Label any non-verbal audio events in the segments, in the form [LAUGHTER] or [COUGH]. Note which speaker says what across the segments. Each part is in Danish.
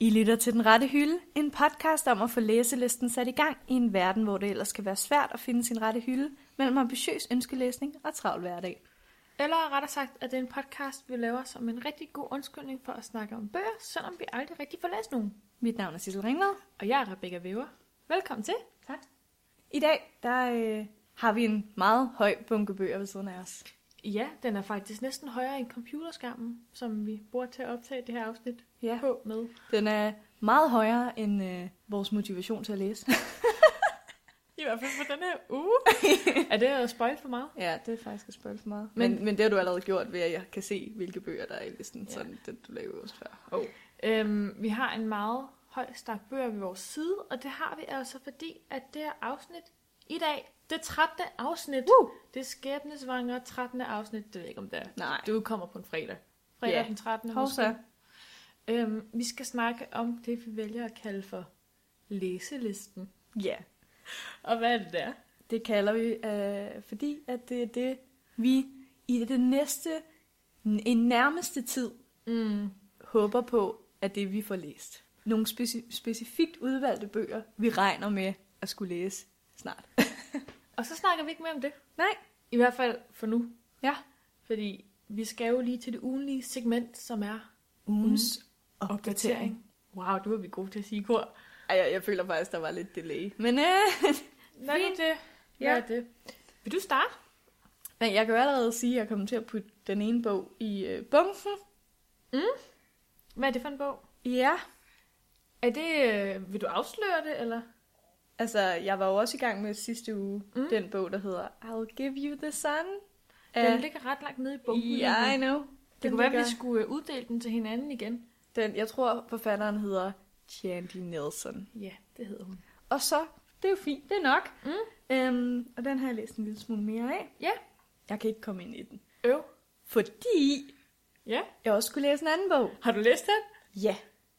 Speaker 1: lytter til Den Rette Hylde, en podcast om at få læselisten sat i gang i en verden, hvor det ellers kan være svært at finde sin rette hylde mellem ambitiøs ønskelæsning og travl hverdag.
Speaker 2: Eller rettere sagt, at det er en podcast, vi laver som en rigtig god undskyldning for at snakke om bøger, selvom vi aldrig rigtig får læst nogen.
Speaker 1: Mit navn er Sissel Ringler.
Speaker 2: Og jeg er Rebecca Weber. Velkommen til.
Speaker 1: Tak. I dag der, øh, har vi en meget høj bunke bøger ved siden af os.
Speaker 2: Ja, den er faktisk næsten højere end computerskærmen, som vi bruger til at optage det her afsnit
Speaker 1: Ja.
Speaker 2: på med.
Speaker 1: Den er meget højere end øh, vores motivation til at læse.
Speaker 2: I hvert fald for den her uge. [LAUGHS] er det at spoil for meget?
Speaker 1: [LAUGHS] ja, det er faktisk et spørgsmål for meget. Men, men, men det har du allerede gjort ved, at jeg kan se, hvilke bøger der er i listen,
Speaker 2: Ja.
Speaker 1: ja. sådan den du lavede også før. Oh.
Speaker 2: Øhm, vi har en meget høj stak bøger ved vores side, og det har vi altså fordi, at det her afsnit i dag, det 13. afsnit,
Speaker 1: Woo!
Speaker 2: det skæbnesvangre 13. afsnit, det ved jeg ikke om det er.
Speaker 1: Nej.
Speaker 2: Du kommer på en fredag. Fredag
Speaker 1: Ja.
Speaker 2: den 13.
Speaker 1: Hovsa.
Speaker 2: måske. Øhm, vi skal snakke om det, vi vælger at kalde for læselisten.
Speaker 1: Ja.
Speaker 2: Og hvad er det der?
Speaker 1: Det kalder vi, øh, fordi at det er det, vi i det næste, i nærmeste tid,
Speaker 2: Mm.
Speaker 1: håber på, at det vi får læst. Nogle speci- specifikt udvalgte bøger, vi regner med at skulle læse snart.
Speaker 2: Og så snakker vi ikke mere om det.
Speaker 1: Nej.
Speaker 2: I hvert fald for nu.
Speaker 1: Ja.
Speaker 2: Fordi vi skal jo lige til det ugenlige segment, som er
Speaker 1: Ugens mm.
Speaker 2: Wow, det var vi gode til at sige i kor.
Speaker 1: Ej, jeg, jeg føler faktisk, der var lidt delay. Men, øh,
Speaker 2: Hvad er det? Hvad
Speaker 1: Ja.
Speaker 2: er det? Vil du starte?
Speaker 1: men jeg kan jo allerede sige, at jeg kommer til at putte den ene bog i øh, bunken.
Speaker 2: Hvad er det for en bog?
Speaker 1: Ja.
Speaker 2: Er det, øh, vil du afsløre det, eller?
Speaker 1: Altså, jeg var jo også i gang med sidste uge
Speaker 2: Mm.
Speaker 1: mm. den bog, der hedder I'll Give You The Sun.
Speaker 2: Den
Speaker 1: af-
Speaker 2: ligger ret langt nede i bunken. lige nu.
Speaker 1: Ja, I know.
Speaker 2: det
Speaker 1: Den
Speaker 2: kunne være, at vi
Speaker 1: ligger-
Speaker 2: skulle øh, uddele den til hinanden igen.
Speaker 1: Den, jeg tror, forfatteren hedder Chandy Nelson.
Speaker 2: Ja, det hedder hun.
Speaker 1: Og så, det er jo fint, det er nok.
Speaker 2: Mm.
Speaker 1: Øhm, og den har jeg læst en lille smule mere af.
Speaker 2: Ja.
Speaker 1: Jeg kan ikke komme ind i den.
Speaker 2: Øv.
Speaker 1: Fordi
Speaker 2: Ja.
Speaker 1: jeg også skulle læse en anden bog.
Speaker 2: Har du læst den?
Speaker 1: Ja.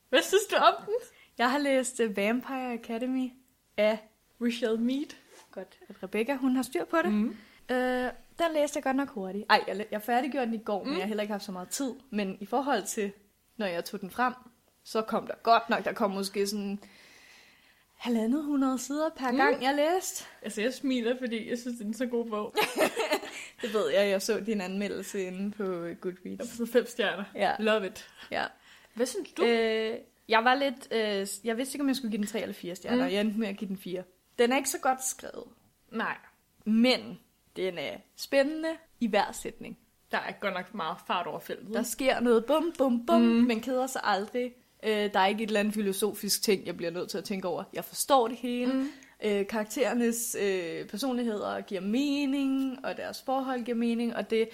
Speaker 2: Hvad synes du om den?
Speaker 1: Jeg har læst øh, Vampire Academy af
Speaker 2: We shall meet.
Speaker 1: godt, at Rebecca, hun har styr på det.
Speaker 2: Mm.
Speaker 1: Øh, den læste jeg godt nok hurtigt. Ej, jeg, læ- jeg færdiggjorde den i går, men
Speaker 2: Mm.
Speaker 1: jeg har heller ikke haft så meget tid. Men i forhold til, når jeg tog den frem, så kom der godt nok, der kom måske sådan halvandet hundrede sider per
Speaker 2: Mm.
Speaker 1: gang, jeg læste.
Speaker 2: Altså, jeg smiler, fordi jeg synes, det er en så god bog.
Speaker 1: Det ved jeg, jeg så din anmeldelse inde på øh,
Speaker 2: Jeg
Speaker 1: Goodreads.
Speaker 2: får Altså, fem stjerner.
Speaker 1: Ja,
Speaker 2: Love it.
Speaker 1: ja.
Speaker 2: Hvad synes du?
Speaker 1: Øh, jeg var lidt, øh, jeg vidste ikke, om jeg skulle give den 3 eller 4 stjerner.
Speaker 2: Mm.
Speaker 1: Mm. Jeg endte med at give den 4. Den er ikke så godt skrevet,
Speaker 2: Nej,
Speaker 1: men den er spændende i hver sætning.
Speaker 2: der er godt nok meget fart over feltet.
Speaker 1: Der sker noget bum, bum, bum.
Speaker 2: Mm.
Speaker 1: Mm. Man keder sig aldrig. Øh, der er ikke et eller andet filosofisk ting, jeg bliver nødt til at tænke over. Jeg forstår det hele. Mm.
Speaker 2: mm.
Speaker 1: Øh, karakterernes øh, personligheder giver mening, og deres forhold giver mening. Og det,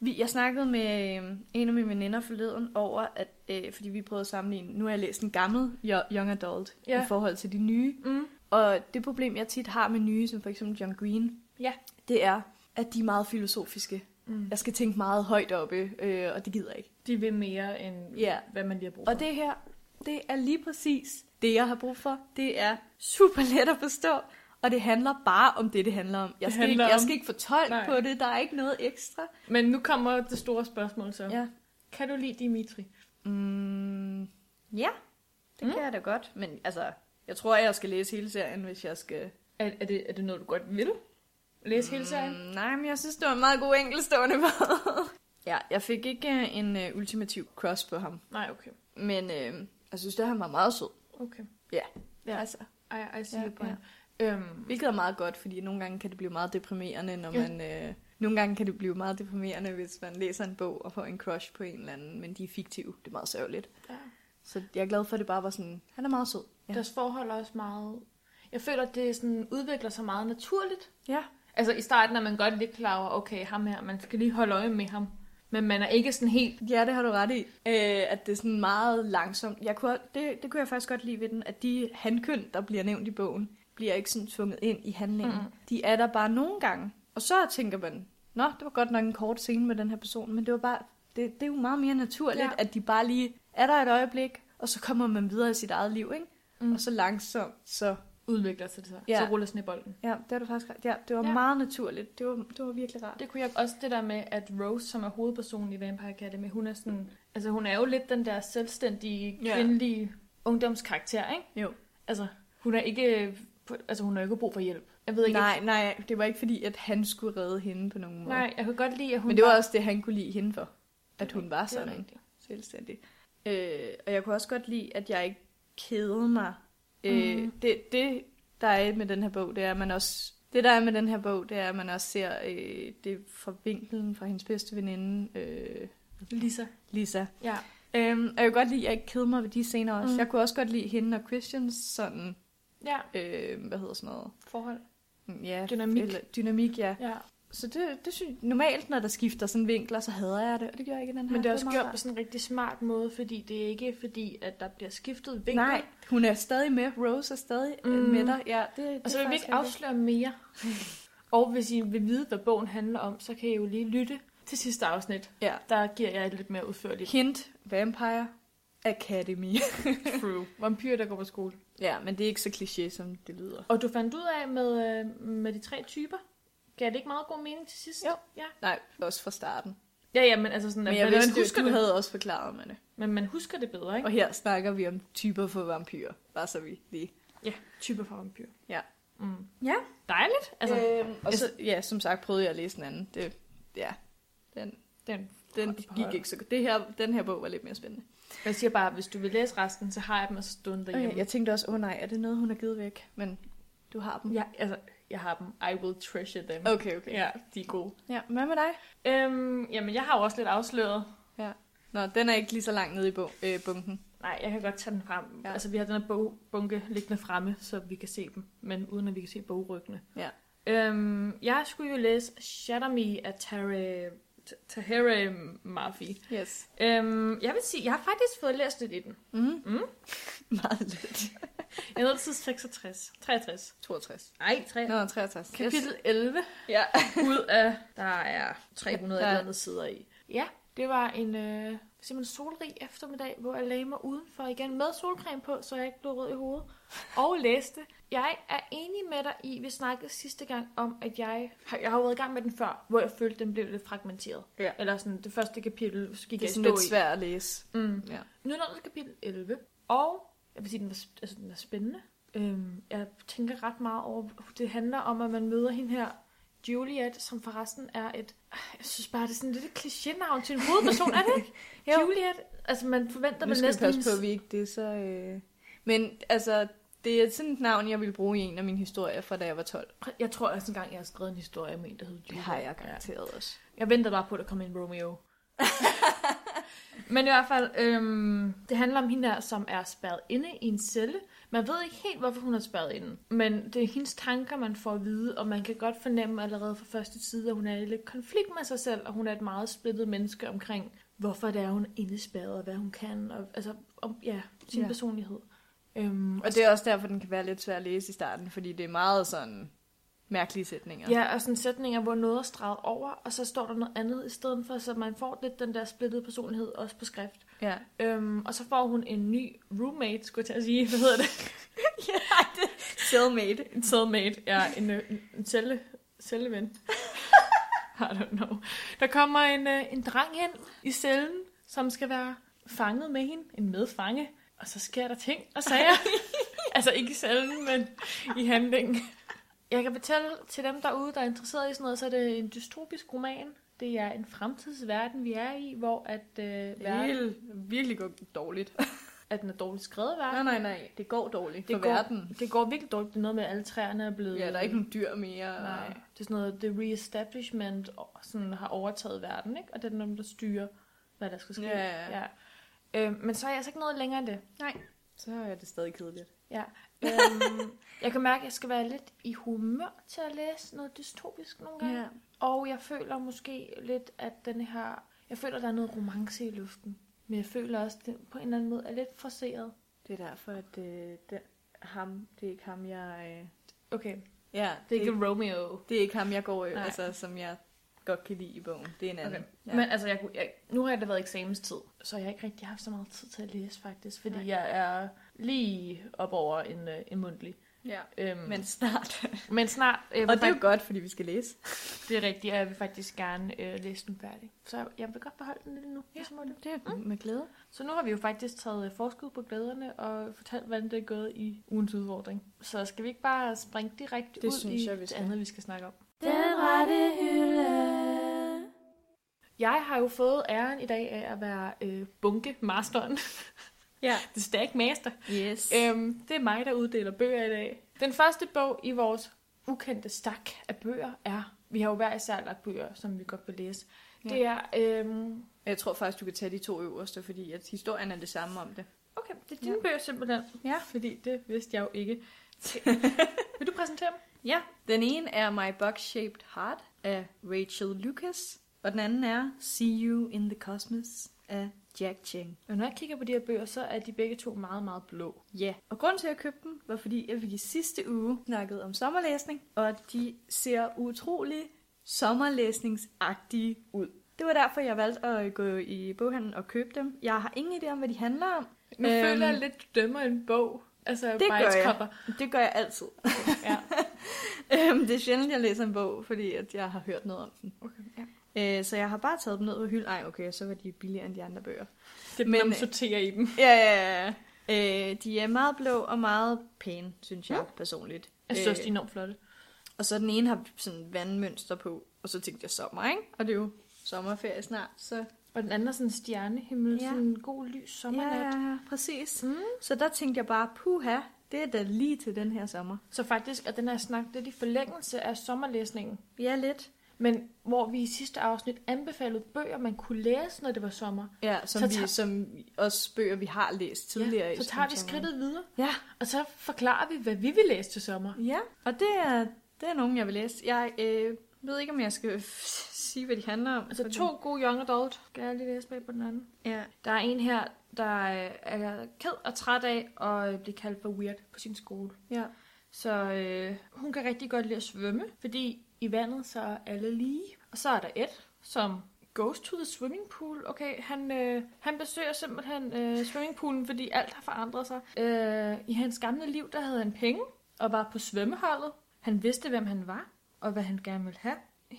Speaker 1: vi, jeg snakkede med øh, en af mine veninder forleden over, at, øh, fordi vi prøvede at sammenligne, nu har jeg læst en gammel yo- young adult
Speaker 2: Ja.
Speaker 1: i forhold til de nye.
Speaker 2: Mm.
Speaker 1: Og det problem, jeg tit har med nye, som for eksempel John Green,
Speaker 2: Ja.
Speaker 1: det er, at de er meget filosofiske.
Speaker 2: Mm.
Speaker 1: Jeg skal tænke meget højt oppe, øh, og det gider jeg ikke.
Speaker 2: De vil mere, end
Speaker 1: Ja.
Speaker 2: hvad man lige har brug for.
Speaker 1: Og det her, det er lige præcis det, jeg har brug for. Det er super let at forstå, og det handler bare om det, det handler om. Jeg
Speaker 2: Det
Speaker 1: skal, ikke,
Speaker 2: handler
Speaker 1: jeg
Speaker 2: om-
Speaker 1: skal ikke fortolke
Speaker 2: Nej.
Speaker 1: på det, der er ikke noget ekstra.
Speaker 2: Men nu kommer det store spørgsmål så.
Speaker 1: Ja,
Speaker 2: Kan du lide Dimitri?
Speaker 1: mm, ja det
Speaker 2: Mm.
Speaker 1: mm. kan jeg da godt. Men altså, jeg tror, jeg skal læse hele serien, hvis jeg skal...
Speaker 2: Er, er, det, er det noget, du godt vil? Læse hele serien?
Speaker 1: Mm, nej, men jeg synes, det var en meget god enkeltstående måde. [LAUGHS] ja, jeg fik ikke øh, en uh, ultimativ cross på ham.
Speaker 2: Nej, okay.
Speaker 1: Men uh, jeg synes, det han var meget sød.
Speaker 2: Okay.
Speaker 1: Ja. Altså,
Speaker 2: I, I see
Speaker 1: Ja,
Speaker 2: your point. Øhm,
Speaker 1: Hvilket er meget godt, fordi nogle gange kan det blive meget deprimerende, når
Speaker 2: Ja.
Speaker 1: ja. man... Øh, nogle gange kan det blive meget deprimerende, hvis man læser en bog og får en crush på en eller anden, men de er fiktive. Det er meget sørgeligt.
Speaker 2: ja.
Speaker 1: Så jeg er glad for, at det bare var sådan, han er meget sød. Ja.
Speaker 2: Deres forhold er også meget... Jeg føler, at det sådan udvikler sig meget naturligt.
Speaker 1: ja.
Speaker 2: Altså i starten er man godt lidt klar over, okay, ham her, man skal lige holde øje med ham. Men man er ikke sådan helt...
Speaker 1: Ja, det har du ret i. Øh, at det er sådan meget langsomt. Jeg kunne, al- det, det kunne jeg faktisk godt lide ved den, at de handkøn, der bliver nævnt i bogen, bliver ikke sådan tvunget ind i handlingen.
Speaker 2: Mm.
Speaker 1: Mm. De er der bare nogle gange. Og så tænker man, nå, det var godt nok en kort scene med den her person, men det var bare, det, det er jo meget mere naturligt,
Speaker 2: Ja.
Speaker 1: ja. at de bare lige er der et øjeblik, og så kommer man videre i sit eget liv, ikke?
Speaker 2: Mm.
Speaker 1: Mm. Og så langsomt, så...
Speaker 2: Udvikler sig til sig.
Speaker 1: Ja.
Speaker 2: Så ruller snebolden.
Speaker 1: Ja, det var du faktisk ret. Ja, det var
Speaker 2: Ja.
Speaker 1: ja. meget naturligt. Det var, det var virkelig rart.
Speaker 2: Det kunne jeg også det der med, at Rose, som er hovedpersonen i Vampire Academy, hun er sådan... Altså hun er jo lidt den der selvstændige,
Speaker 1: Ja.
Speaker 2: kvindelige ungdomskarakter, ikke?
Speaker 1: Jo.
Speaker 2: Altså, hun er ikke, øh, på- altså, hun har ikke brug for hjælp. Jeg ved ikke,
Speaker 1: Nej, nej, det var ikke fordi, at han skulle redde hende på nogen måde.
Speaker 2: nej jeg kan godt lide, at hun
Speaker 1: Men det var også det, han kunne lide hende for. At hun var
Speaker 2: Det er
Speaker 1: sådan
Speaker 2: rigtigt.
Speaker 1: selvstændig. Øh, og jeg kunne også godt lide, at jeg ikke kedede mig. Øh,
Speaker 2: Mhm.
Speaker 1: det, det, der er med den her bog, det er, at man også... Det, der er med den her bog, det er, at man også ser øh, det fra vinkelen fra hendes bedste veninde, øh,
Speaker 2: Lisa.
Speaker 1: Lisa.
Speaker 2: Ja.
Speaker 1: Øhm, og jeg kunne godt lide, at jeg ikke kedede mig ved de scener også.
Speaker 2: Mm.
Speaker 1: Mm. Jeg kunne også godt lide hende og Christians sådan,
Speaker 2: Ja,
Speaker 1: øh, hvad hedder sådan noget? Mm,
Speaker 2: forhold.
Speaker 1: Ja,
Speaker 2: Dynamik.
Speaker 1: Eller, dynamik, ja.
Speaker 2: Ja.
Speaker 1: Så det, det synes normalt, når der skifter sådan vinkler, så hader jeg det, og det gør jeg ikke i den her.
Speaker 2: Men det er også
Speaker 1: meget
Speaker 2: gjort
Speaker 1: rart.
Speaker 2: på sådan en rigtig smart måde, fordi det er ikke fordi, at der bliver skiftet vinkel.
Speaker 1: Nej, hun er stadig med. Rose er stadig mm.
Speaker 2: Mm.
Speaker 1: med dig. Ja, det, det
Speaker 2: Og
Speaker 1: er
Speaker 2: så vil Altså, vi
Speaker 1: faktisk
Speaker 2: ikke afsløre
Speaker 1: [LAUGHS]
Speaker 2: mere. og hvis I vil vide, hvad bogen handler om, så kan I jo lige lytte til sidste afsnit.
Speaker 1: Ja.
Speaker 2: Der giver jeg et lidt mere
Speaker 1: rigtigt.
Speaker 2: udførligt
Speaker 1: Hint, Vampire
Speaker 2: [LAUGHS]
Speaker 1: Academy. [LAUGHS]
Speaker 2: true. Vampyr, der går på skole.
Speaker 1: ja, men det er ikke så kliché, som det lyder.
Speaker 2: Og du fandt ud af med, øh, med de tre typer. Gav det ikke meget god mening til sidst?
Speaker 1: Jo.
Speaker 2: Ja,
Speaker 1: Nej, også fra starten.
Speaker 2: ja, ja men altså sådan, at
Speaker 1: Men jeg
Speaker 2: man,
Speaker 1: ved,
Speaker 2: man,
Speaker 1: ikke,
Speaker 2: husker
Speaker 1: du, du
Speaker 2: det,
Speaker 1: havde også forklaret mig det.
Speaker 2: men man husker det bedre, ikke?
Speaker 1: Og her snakker vi om typer for vampyrer. Bare så vi lige.
Speaker 2: Ja, typer for vampyr.
Speaker 1: Ja.
Speaker 2: Mm.
Speaker 1: Ja.
Speaker 2: Dejligt. Altså, øh,
Speaker 1: øhm, og så, ja, som sagt prøvede jeg at læse en anden. Det, ja, den,
Speaker 2: den.
Speaker 1: den
Speaker 2: Hold-
Speaker 1: gik ikke så godt. Det her, den her bog var lidt mere spændende.
Speaker 2: Jeg siger bare, hvis du vil læse resten, så har jeg dem altså stående derhjemme.
Speaker 1: Okay, jeg tænkte også, åh oh, nej, er det noget, hun har givet væk? Men du har dem.
Speaker 2: Ja, altså, jeg har dem. I will treasure them.
Speaker 1: Okay, okay.
Speaker 2: Ja, de er gode.
Speaker 1: Ja, hvad med dig?
Speaker 2: Øhm, jamen, jeg har jo også lidt afsløret.
Speaker 1: Nå, den er ikke lige så langt nede i bog, øh, bunken.
Speaker 2: Nej, jeg kan godt tage den frem. Ja.
Speaker 1: Ja.
Speaker 2: Altså, vi har den her bog, bunke liggende fremme, så vi kan se dem, men uden at vi kan se bogryggene.
Speaker 1: Ja.
Speaker 2: Øhm, jeg skulle jo læse Shatter Me af Tare... T- Tahere Mafi.
Speaker 1: Yes.
Speaker 2: Øhm, jeg vil sige, jeg har faktisk fået læst lidt i den.
Speaker 1: Mm.
Speaker 2: Mm.
Speaker 1: [LAUGHS] Meget lidt.
Speaker 2: Jeg nåede til side 66. 63.
Speaker 1: 62.
Speaker 2: Nej, 3.
Speaker 1: Nå, 63.
Speaker 2: Kapitel 11
Speaker 1: Ja.
Speaker 2: ud af, der er 300
Speaker 1: Ja.
Speaker 2: eller andet sider i. Ja, det var en øh, simpelthen solrig eftermiddag, hvor jeg lagde mig udenfor igen med solcreme på, så jeg ikke blev rød i hovedet, og læste. Jeg er enig med dig i, vi snakkede sidste gang om, at jeg, har- jeg har jo været i gang med den før, hvor jeg følte, den blev lidt fragmenteret.
Speaker 1: Ja.
Speaker 2: Eller sådan, det første kapitel så gik
Speaker 1: Det er
Speaker 2: jeg i
Speaker 1: sådan
Speaker 2: stå
Speaker 1: lidt
Speaker 2: i.
Speaker 1: svært at læse.
Speaker 2: Mm.
Speaker 1: Ja.
Speaker 2: Nu når det kapitel 11, og jeg vil sige, den var, sp- altså, den var spændende. Øhm, jeg tænker ret meget over, det handler om, at man møder hende her, Juliet, som forresten er et, Ah, jeg synes bare, det er sådan lidt et kliché-navn til en hovedperson, er det ikke?
Speaker 1: [LAUGHS] Jo.
Speaker 2: Juliet, altså man forventer
Speaker 1: Nu
Speaker 2: vel
Speaker 1: skal vi
Speaker 2: næsten
Speaker 1: passe på, at
Speaker 2: hendes...
Speaker 1: vi ikke det er så... Øh... Men altså, det er sådan et navn, jeg ville bruge i en af mine historier fra da jeg var 12.
Speaker 2: Jeg tror også engang, jeg har skrevet en historie om en, der hedder
Speaker 1: Det
Speaker 2: Juliet.
Speaker 1: har jeg garanteret også.
Speaker 2: Jeg venter bare på, at der kommer en Romeo. Men i hvert fald, øhm, det handler om hende der, som er spærret inde i en celle. Man ved ikke helt, hvorfor hun er spærret inde. Men det er hendes tanker, man får at vide, og man kan godt fornemme allerede fra første side, at hun er i lidt konflikt med sig selv, og hun er et meget splittet menneske omkring, hvorfor det er, hun er indespærret, og hvad hun kan, og altså, om, ja, sin ja.
Speaker 1: Ja.
Speaker 2: personlighed. Øhm,
Speaker 1: Og det er også derfor, den kan være lidt svær at læse i starten, fordi det er meget sådan mærkelige sætninger.
Speaker 2: Ja, og sådan sætninger, hvor noget er streget over, og så står der noget andet i stedet for, så man får lidt den der splittede personlighed også på skrift.
Speaker 1: ja.
Speaker 2: Øhm, og så får hun en ny roommate, skulle jeg til at sige. Hvad hedder det?
Speaker 1: Cellmate.
Speaker 2: En cellmate. Ja, en, øh, en- en celle, celleven. [LAUGHS] I don't know. Der kommer en, øh, en dreng ind i cellen, som skal være fanget med hende. En medfange. Og så sker der ting og sager. altså ikke i cellen, men i handlingen. Jeg kan fortælle til dem derude, der er interesseret i sådan noget, så er det en dystopisk roman. Det er en fremtidsverden, vi er i, hvor at, øh, verden,
Speaker 1: Virkelig, virkelig går dårligt.
Speaker 2: at den er dårligt skrevet verden.
Speaker 1: Nej, nej, nej. Det går dårligt
Speaker 2: Det
Speaker 1: det for
Speaker 2: går-
Speaker 1: går... verden.
Speaker 2: Det går virkelig dårligt. Det er noget med, at alle træerne er blevet...
Speaker 1: Ja, der er ikke nogen dyr mere.
Speaker 2: Nej. Det er sådan noget, the reestablishment og sådan har overtaget verden, ikke? Og det er dem, der styrer, hvad der skal ske.
Speaker 1: Ja, ja, ja.
Speaker 2: ja. Øh, men så er jeg altså ikke noget længere end
Speaker 1: [LAUGHS]
Speaker 2: det.
Speaker 1: Så er det stadig kedeligt.
Speaker 2: Ja. Øhm, jeg kan mærke, at jeg skal være lidt i humør til at læse noget dystopisk nogle gange. Ja. Og jeg føler måske lidt, at den her... Jeg føler, at der er noget romance i luften. Men jeg føler også, at det på en eller anden måde er lidt forseret.
Speaker 1: Det er derfor, at øh, det, ham, det er ikke ham, jeg... Øh...
Speaker 2: Okay,
Speaker 1: Ja,
Speaker 2: det er ikke Romeo.
Speaker 1: det er ikke ham, jeg går øh,
Speaker 2: Nej.
Speaker 1: altså, som jeg godt kan lide i bogen. Det er en anden.
Speaker 2: Okay. Ja. Men altså, jeg, kunne- jeg, nu har det været eksamenstid, så jeg har ikke rigtig haft så meget tid til at læse faktisk, fordi Nej.
Speaker 1: Nej.
Speaker 2: jeg er lige op over en, øh, en mundtlig.
Speaker 1: Ja.
Speaker 2: Øhm, men.
Speaker 1: Men [LAUGHS] snart.
Speaker 2: men snart... Øh,
Speaker 1: Mm. Og det er jo godt, fordi vi skal læse.
Speaker 2: det er rigtigt, og jeg vil faktisk gerne øh, læse den færdig. Så jeg vil godt beholde den lidt nu.
Speaker 1: Ja.
Speaker 2: hvis jeg må det.
Speaker 1: Det er med glæde.
Speaker 2: Så nu har vi jo faktisk taget øh, forskud på glæderne og fortalt, hvordan det er gået i ugens udfordring. Så skal vi ikke bare springe direkte
Speaker 1: Det
Speaker 2: ud
Speaker 1: synes
Speaker 2: i
Speaker 1: jeg, vi
Speaker 2: det
Speaker 1: skal.
Speaker 2: andet, vi skal snakke om?
Speaker 1: Den rette hylde.
Speaker 2: Jeg har jo fået æren i dag af at være øh, bunkemasteren. [LAUGHS]
Speaker 1: Ja. Øh.
Speaker 2: The Stack Master.
Speaker 1: Yes.
Speaker 2: Øhm, det er mig, der uddeler bøger i dag. Den første bog i vores ukendte stak af bøger er... Vi har jo hver især lagt bøger, som vi godt vil læse.
Speaker 1: Ja.
Speaker 2: Ja. Det er... Øhm,
Speaker 1: Jeg tror faktisk, du kan tage de to øverste, fordi at historien er det samme om det.
Speaker 2: okay, det er dine ja. bøger simpelthen.
Speaker 1: Ja.
Speaker 2: Fordi det vidste jeg jo [LAUGHS] ikke. vil du præsentere dem?
Speaker 1: Ja, den ene er My Box-Shaped Heart af Rachel Lucas, og den anden er See You in the Cosmos af Jack Cheng.
Speaker 2: Og når jeg kigger på de her bøger, så er de begge to meget, meget blå.
Speaker 1: Ja, og grunden til, at jeg købte dem, var fordi, at vi i sidste uge snakkede om sommerlæsning, og de ser utrolig sommerlæsningsagtige ud. Det var derfor, jeg valgte at gå i boghandlen og købe dem. Jeg har ingen idé om, hvad de handler om.
Speaker 2: Nu
Speaker 1: Øhm.
Speaker 2: øhm, føler jeg lidt, du dømmer en bog. Altså,
Speaker 1: Det
Speaker 2: by
Speaker 1: gør
Speaker 2: its
Speaker 1: jeg.
Speaker 2: cover.
Speaker 1: Det gør jeg altid.
Speaker 2: Ja.
Speaker 1: [LAUGHS] Øhm, det er sjældent, jeg læser en bog, fordi at jeg har hørt noget om den.
Speaker 2: Okay, ja.
Speaker 1: Øh, så jeg har bare taget dem ned på hylden. Ej, okay, så var de billigere end de andre bøger.
Speaker 2: Det er
Speaker 1: Men,
Speaker 2: Men, man
Speaker 1: øh,
Speaker 2: sorterer i dem.
Speaker 1: Ja, ja, ja. Øh, de er meget blå og meget pæne, synes jeg mm. personligt. Øh,
Speaker 2: Jeg synes også, de er enormt flotte.
Speaker 1: Og så den ene har sådan vandmønster på, og så tænkte jeg sommer, ikke? Og det er jo sommerferie snart, så...
Speaker 2: Og den anden er sådan en stjernehimmel,
Speaker 1: Ja.
Speaker 2: ja. sådan en god lys sommernat. Ja.
Speaker 1: ja, præcis.
Speaker 2: Mm.
Speaker 1: Så der tænkte jeg bare, puha, det er da lige til den her sommer.
Speaker 2: Så faktisk er den her snak lidt i forlængelse af sommerlæsningen.
Speaker 1: Ja, lidt.
Speaker 2: Men hvor vi i sidste afsnit anbefalede bøger, man kunne læse, når det var sommer.
Speaker 1: Ja, som,
Speaker 2: Så
Speaker 1: vi,
Speaker 2: tager-
Speaker 1: som også bøger, vi har læst tidligere. i
Speaker 2: så tager vi
Speaker 1: sommeren.
Speaker 2: skridtet videre,
Speaker 1: Ja,
Speaker 2: og så forklarer vi, hvad vi vil læse til sommer.
Speaker 1: ja. Og det er, det er nogen, jeg vil læse. Jeg øh, ved ikke, om jeg skal [LAUGHS] f- sige, hvad de handler om.
Speaker 2: Altså
Speaker 1: fordi-
Speaker 2: to gode young adult, skal jeg lige læse bag på den anden.
Speaker 1: Ja,
Speaker 2: Der er en her, der øh, er ked og træt af at øh, blive kaldt for weird på sin skole.
Speaker 1: ja.
Speaker 2: Så øh, hun kan rigtig godt lide at svømme, fordi i vandet så er alle lige. Og så er der et, som goes to the swimming pool. Okay, han, øh, han besøger simpelthen øh, swimmingpoolen, fordi alt har forandret sig. Øh, I hans gamle liv, der havde han penge og var på svømmeholdet. Han vidste, hvem han var og hvad han gerne ville have.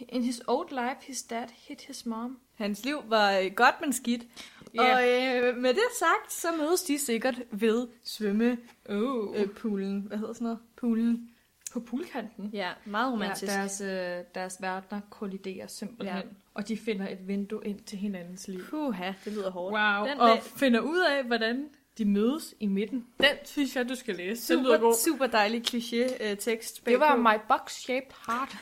Speaker 2: In his old life, his dad hit his mom.
Speaker 1: Hans liv var øh, godt, men skidt.
Speaker 2: Ja.
Speaker 1: Og øh, med det sagt, så mødes de sikkert ved svømmepoolen.
Speaker 2: Oh. Øh,
Speaker 1: Øh, poolen. Hvad hedder sådan noget? Poolen.
Speaker 2: på poolkanten.
Speaker 1: Ja, meget
Speaker 2: Ja, deres, øh, deres verdener kolliderer simpelthen,
Speaker 1: Ja.
Speaker 2: ja. og de finder et vindue ind til hinandens liv.
Speaker 1: Puha, det lyder hårdt.
Speaker 2: Wow,
Speaker 1: Den
Speaker 2: den og
Speaker 1: dag-
Speaker 2: finder ud af, hvordan de mødes i midten. Den synes jeg, du skal læse. Super. Den lyder
Speaker 1: Super,
Speaker 2: god.
Speaker 1: super dejlig øh, kliché-tekst.
Speaker 2: Det var My Box Shaped Heart. [LAUGHS]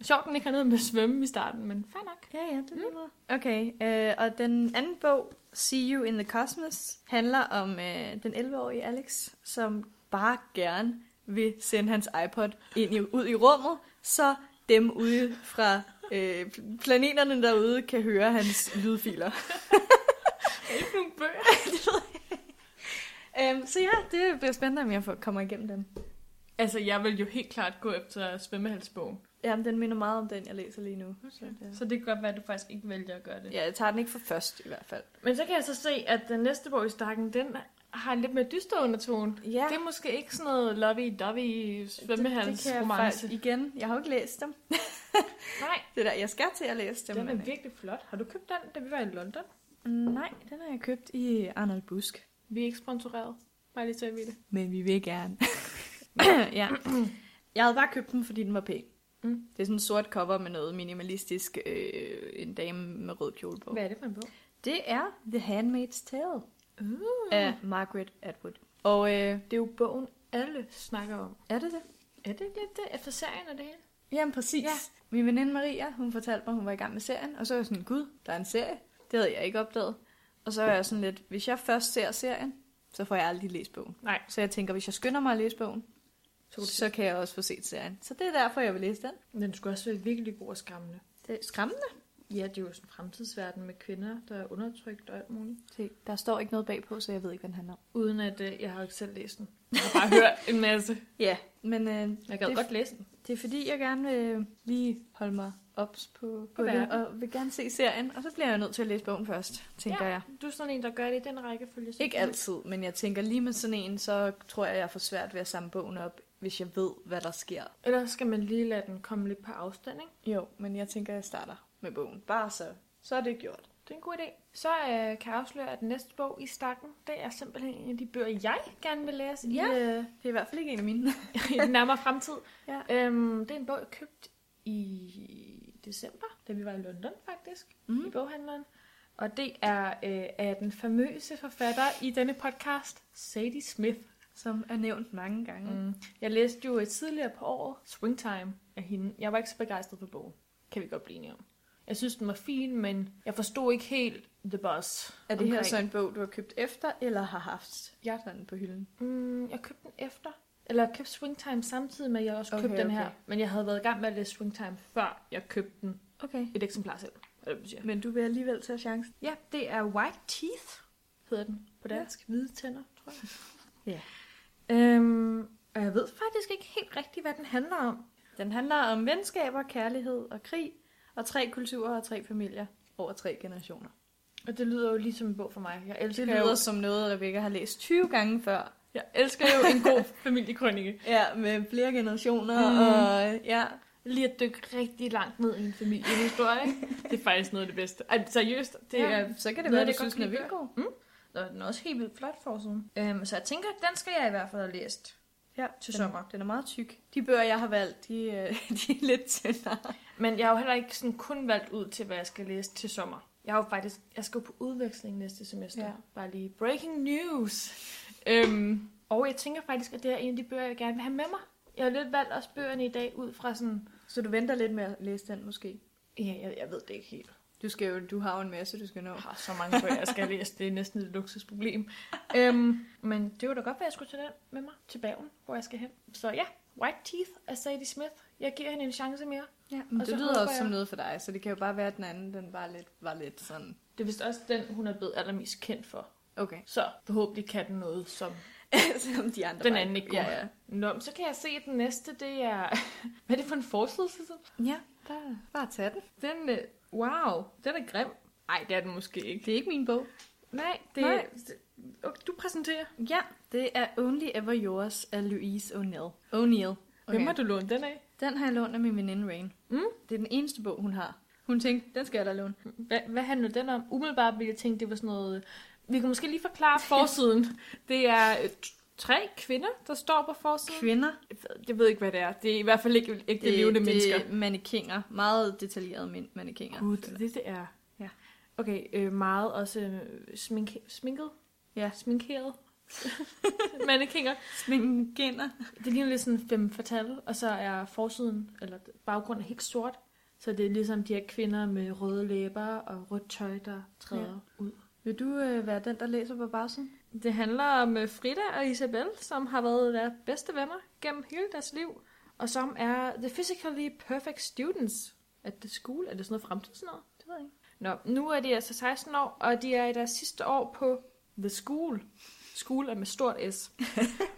Speaker 2: Sjovt, den ikke har noget med svømme i starten, men fair nok.
Speaker 1: Ja, ja, det lyder. Mm. Okay, øh, og den anden bog, See You in the Cosmos, handler om øh, den 11-årige Alex, som bare gerne vil sende hans iPod ind i, ud i rummet, så dem ude fra øh, pl- planeterne derude kan høre hans lydfiler.
Speaker 2: Ikke nogle bøger.
Speaker 1: um, så ja, det bliver spændende, om jeg får, kommer igennem den.
Speaker 2: Altså, jeg vil jo helt klart gå efter svømmehalsbogen.
Speaker 1: Jamen, den minder meget om den, jeg læser lige nu. Så, det-
Speaker 2: Så det kan godt være, at du faktisk ikke vælger at gøre det.
Speaker 1: ja, jeg tager den ikke for først i hvert fald.
Speaker 2: Men så kan jeg så se, at den næste bog i stakken, den har en lidt mere dyster undertone.
Speaker 1: Ja,
Speaker 2: Det er måske ikke sådan noget lovey-dovey svømmehalsromance.
Speaker 1: faktisk igen. Jeg har jo ikke læst dem.
Speaker 2: Nej,
Speaker 1: Det der, jeg skal til at læse dem.
Speaker 2: den
Speaker 1: men,
Speaker 2: er
Speaker 1: øh,
Speaker 2: virkelig flot. Har du købt den, da vi var i London?
Speaker 1: Nej, den har jeg købt i Arnold Busk.
Speaker 2: Vi er ikke sponsoreret. Bare lige så jeg ved det.
Speaker 1: Men vi vil [LAUGHS] gerne. ja. Jeg havde bare købt den, fordi den var pæn.
Speaker 2: Mm.
Speaker 1: Det er sådan en sort cover med noget minimalistisk, øh, en dame med rød kjole på.
Speaker 2: Hvad er det for en bog?
Speaker 1: Det er The Handmaid's Tale
Speaker 2: Uh.
Speaker 1: af Margaret Atwood. Og øh,
Speaker 2: Det er jo bogen, alle snakker om.
Speaker 1: er det det?
Speaker 2: Er det ikke lidt det? Efter serien og det hele?
Speaker 1: Jamen præcis. Ja.
Speaker 2: Ja.
Speaker 1: Min veninde Maria, hun fortalte mig, hun var i gang med serien, og så var jeg sådan, gud, der er en serie. Det havde jeg ikke opdaget. Og så er jeg sådan lidt, hvis jeg først ser serien, så får jeg aldrig læst bogen.
Speaker 2: Nej.
Speaker 1: Så jeg tænker, hvis jeg skynder mig at læse bogen,
Speaker 2: Så kunne du
Speaker 1: så kan jeg også få set serien. Så det er derfor, jeg vil læse den.
Speaker 2: Men den skulle også være virkelig god og skræmmende.
Speaker 1: Det er skræmmende.
Speaker 2: Ja, det er jo sådan en fremtidsverden med kvinder, der er undertrykt og alt muligt.
Speaker 1: Se, der står ikke noget bagpå, så jeg ved ikke, hvad den handler om.
Speaker 2: Uden at øh, jeg har ikke selv læst den. Jeg har bare hørt en masse.
Speaker 1: Ja, men øh,
Speaker 2: Jeg gad
Speaker 1: Det-
Speaker 2: godt læse den.
Speaker 1: det er fordi, jeg gerne vil lige holde mig ops på, på det,
Speaker 2: verden.
Speaker 1: og vil gerne se serien. Og så bliver jeg nødt til at læse bogen først, tænker
Speaker 2: Ja.
Speaker 1: ja. jeg.
Speaker 2: Du er sådan en, der gør det i den rækkefølge. som
Speaker 1: Ikke
Speaker 2: du-
Speaker 1: altid, men jeg tænker lige med sådan en, så tror jeg, jeg får svært ved at samle bogen op, hvis jeg ved, hvad der sker.
Speaker 2: Ellers skal man lige lade den komme lidt på afstand, ikke?
Speaker 1: Jo, men jeg tænker, jeg starter med bogen. Bare så. Så er det gjort.
Speaker 2: Det er en god idé. Så øh, kan jeg afsløre, at den næste bog i stakken, det er simpelthen en af de bøger, jeg gerne vil læse
Speaker 1: Ja.
Speaker 2: i, øh,
Speaker 1: Det er i hvert fald ikke en af mine.
Speaker 2: [LAUGHS] i den nærmere fremtid.
Speaker 1: Ja.
Speaker 2: Øhm, det er en bog, jeg købte i december, da vi var i London faktisk, mm. i
Speaker 1: Mm.
Speaker 2: boghandleren. Og det er øh, af den famøse forfatter i denne podcast, Sadie Smith.
Speaker 1: [LAUGHS] Som er nævnt mange gange. Mm.
Speaker 2: Mm. Jeg læste jo øh, tidligere på året Springtime af hende. Jeg var ikke så begejstret for bogen. Kan vi godt blive enige om. Jeg synes, den var fin, men jeg forstod ikke helt The Buzz.
Speaker 1: Er det her
Speaker 2: omkring.
Speaker 1: så en bog, du har købt efter, eller har haft
Speaker 2: Ja.
Speaker 1: sådan på hylden?
Speaker 2: Mm, jeg købte den efter. Eller jeg købte Springtime samtidig med, at jeg også
Speaker 1: Okay,
Speaker 2: købte den
Speaker 1: okay.
Speaker 2: her. Men jeg havde været i gang med at læse Springtime, før jeg købte den.
Speaker 1: Okay.
Speaker 2: Et eksemplar selv. Eller, hvad man siger.
Speaker 1: Men du vil alligevel tage chancen?
Speaker 2: Ja, det er White Teeth, hedder den på dansk. Ja. Hvide tænder, tror [LAUGHS] jeg.
Speaker 1: Ja.
Speaker 2: Øhm, og jeg ved faktisk ikke helt rigtigt, hvad den handler om.
Speaker 1: Den handler om venskaber, kærlighed og krig, og tre kulturer og tre familier over tre generationer.
Speaker 2: Og det lyder jo ligesom en bog for mig. Jeg elsker,
Speaker 1: Det lyder
Speaker 2: jo,
Speaker 1: som noget, der ikke har læst 20 gange før.
Speaker 2: jeg elsker jo en [LAUGHS] god familiekrønike.
Speaker 1: Ja, med flere generationer
Speaker 2: Mm.
Speaker 1: mm. og ja.
Speaker 2: Lige at dykke rigtig langt ned i en familiehistorie. ikke? det er faktisk noget af det bedste. Ej, seriøst, det
Speaker 1: ja.
Speaker 2: er
Speaker 1: så kan
Speaker 2: noget,
Speaker 1: det være,
Speaker 2: jeg
Speaker 1: du
Speaker 2: godt
Speaker 1: synes,
Speaker 2: kan
Speaker 1: den er
Speaker 2: lide Mm?
Speaker 1: vildt god.
Speaker 2: Og den er også helt vildt flot forsiden. Øhm, så jeg tænker, at den skal jeg i hvert fald have læst.
Speaker 1: Ja,
Speaker 2: til
Speaker 1: den,
Speaker 2: sommer.
Speaker 1: Den er meget tyk. De bøger, jeg har valgt, de, øh, [LAUGHS] de er lidt tyndere.
Speaker 2: Men jeg har jo heller ikke sådan kun valgt ud til, hvad jeg skal læse til sommer. Jeg har jo faktisk, jeg skal jo på udveksling næste semester. Ja.
Speaker 1: Ja.
Speaker 2: Bare lige breaking news. Øhm, og jeg tænker faktisk, at det er en af de bøger, jeg gerne vil have med mig. Jeg har lidt valgt også bøgerne i dag ud fra sådan,
Speaker 1: Så du venter lidt med at læse den måske?
Speaker 2: ja, jeg, jeg ved det ikke helt.
Speaker 1: Du, skal jo, du har jo en masse, du skal nå.
Speaker 2: Jeg har så mange bøger, jeg skal læse. Det er næsten et luksusproblem. øhm, men det var da godt, at jeg skulle tage den med mig til Bergen, hvor jeg skal hen. Så ja, White Teeth af Sadie Smith. Jeg giver hende en chance mere.
Speaker 1: Ja, men
Speaker 2: Og så
Speaker 1: det lyder
Speaker 2: håber
Speaker 1: også som
Speaker 2: jeg-
Speaker 1: noget for dig, så det kan jo bare være, at den anden den bare lidt, var lidt sådan...
Speaker 2: Det er vist også den, hun er blevet allermest kendt for.
Speaker 1: [LAUGHS] Okay.
Speaker 2: Så forhåbentlig kan den noget, som
Speaker 1: som de andre
Speaker 2: den
Speaker 1: bare
Speaker 2: anden ikke kunne.
Speaker 1: Ja, ja.
Speaker 2: Nå, men så kan jeg se, at den næste, det er... [LAUGHS] Hvad er det for en forside? Sissel?
Speaker 1: ja bare, bare tag den.
Speaker 2: Den, øh, wow, den er grim. Nej, det er den måske ikke.
Speaker 1: Det er ikke min bog.
Speaker 2: Nej, det
Speaker 1: Nej.
Speaker 2: det- Okay, du præsenterer.
Speaker 1: Ja, det er Only Ever Yours af Louise O'Neill. O'Neill.
Speaker 2: Okay. Hvem har du lånt den af?
Speaker 1: Den har jeg lånt af min veninde Rain.
Speaker 2: Mm.
Speaker 1: Det er den eneste bog, hun har. Hun tænkte, den skal jeg da låne.
Speaker 2: Hvad, hvad handler den om? Umiddelbart ville jeg tænke, det var sådan noget... Vi kan måske lige [LAUGHS] forklare forsiden. det er øh, t- tre kvinder, der står på forsiden. Øh,
Speaker 1: Kvinder.
Speaker 2: Kvinder. Jeg ved ikke, hvad det er. Det er i hvert fald ikke ægte levende mennesker.
Speaker 1: Det er mannekinger. Meget detaljerede men- mannekinger.
Speaker 2: Gud, det er det, det er.
Speaker 1: Ja.
Speaker 2: Okay, øh, meget også øh, smink sminket.
Speaker 1: Ja.
Speaker 2: Sminkeret. [LAUGHS] Mannekinger.
Speaker 1: Sminkinger.
Speaker 2: Det ligner lidt sådan fem fatale, og så er forsiden, eller baggrunden, helt sort. Så det er ligesom de her kvinder med røde læber og rødt tøj, der træder ja. ud.
Speaker 1: Vil du øh, være den, der læser på bagsiden?
Speaker 2: Det handler om øh, Frida og Isabel, som har været deres bedste venner gennem hele deres liv, og som er the physically perfect students at the school. Er det sådan noget fremtid sådan noget? Det ved jeg ikke. Nå, nu er de altså 16 år, og de er i deres sidste år på the school. School er med stort S.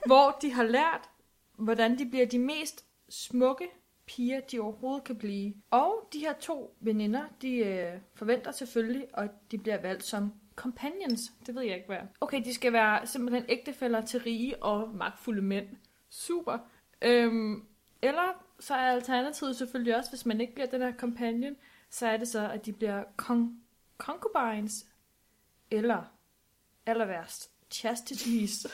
Speaker 2: hvor de har lært, hvordan de bliver de mest smukke piger, de overhovedet kan blive. Og de her to veninder, de øh, forventer selvfølgelig, at de bliver valgt som companions. Det ved jeg ikke, hvad er. Okay, de skal være simpelthen ægtefæller til rige og magtfulde mænd. Super. Øhm, eller så er alternativet selvfølgelig også, hvis man ikke bliver den her companion, så er det så, at de bliver con- concubines. Eller, aller værst, [LAUGHS] chastities.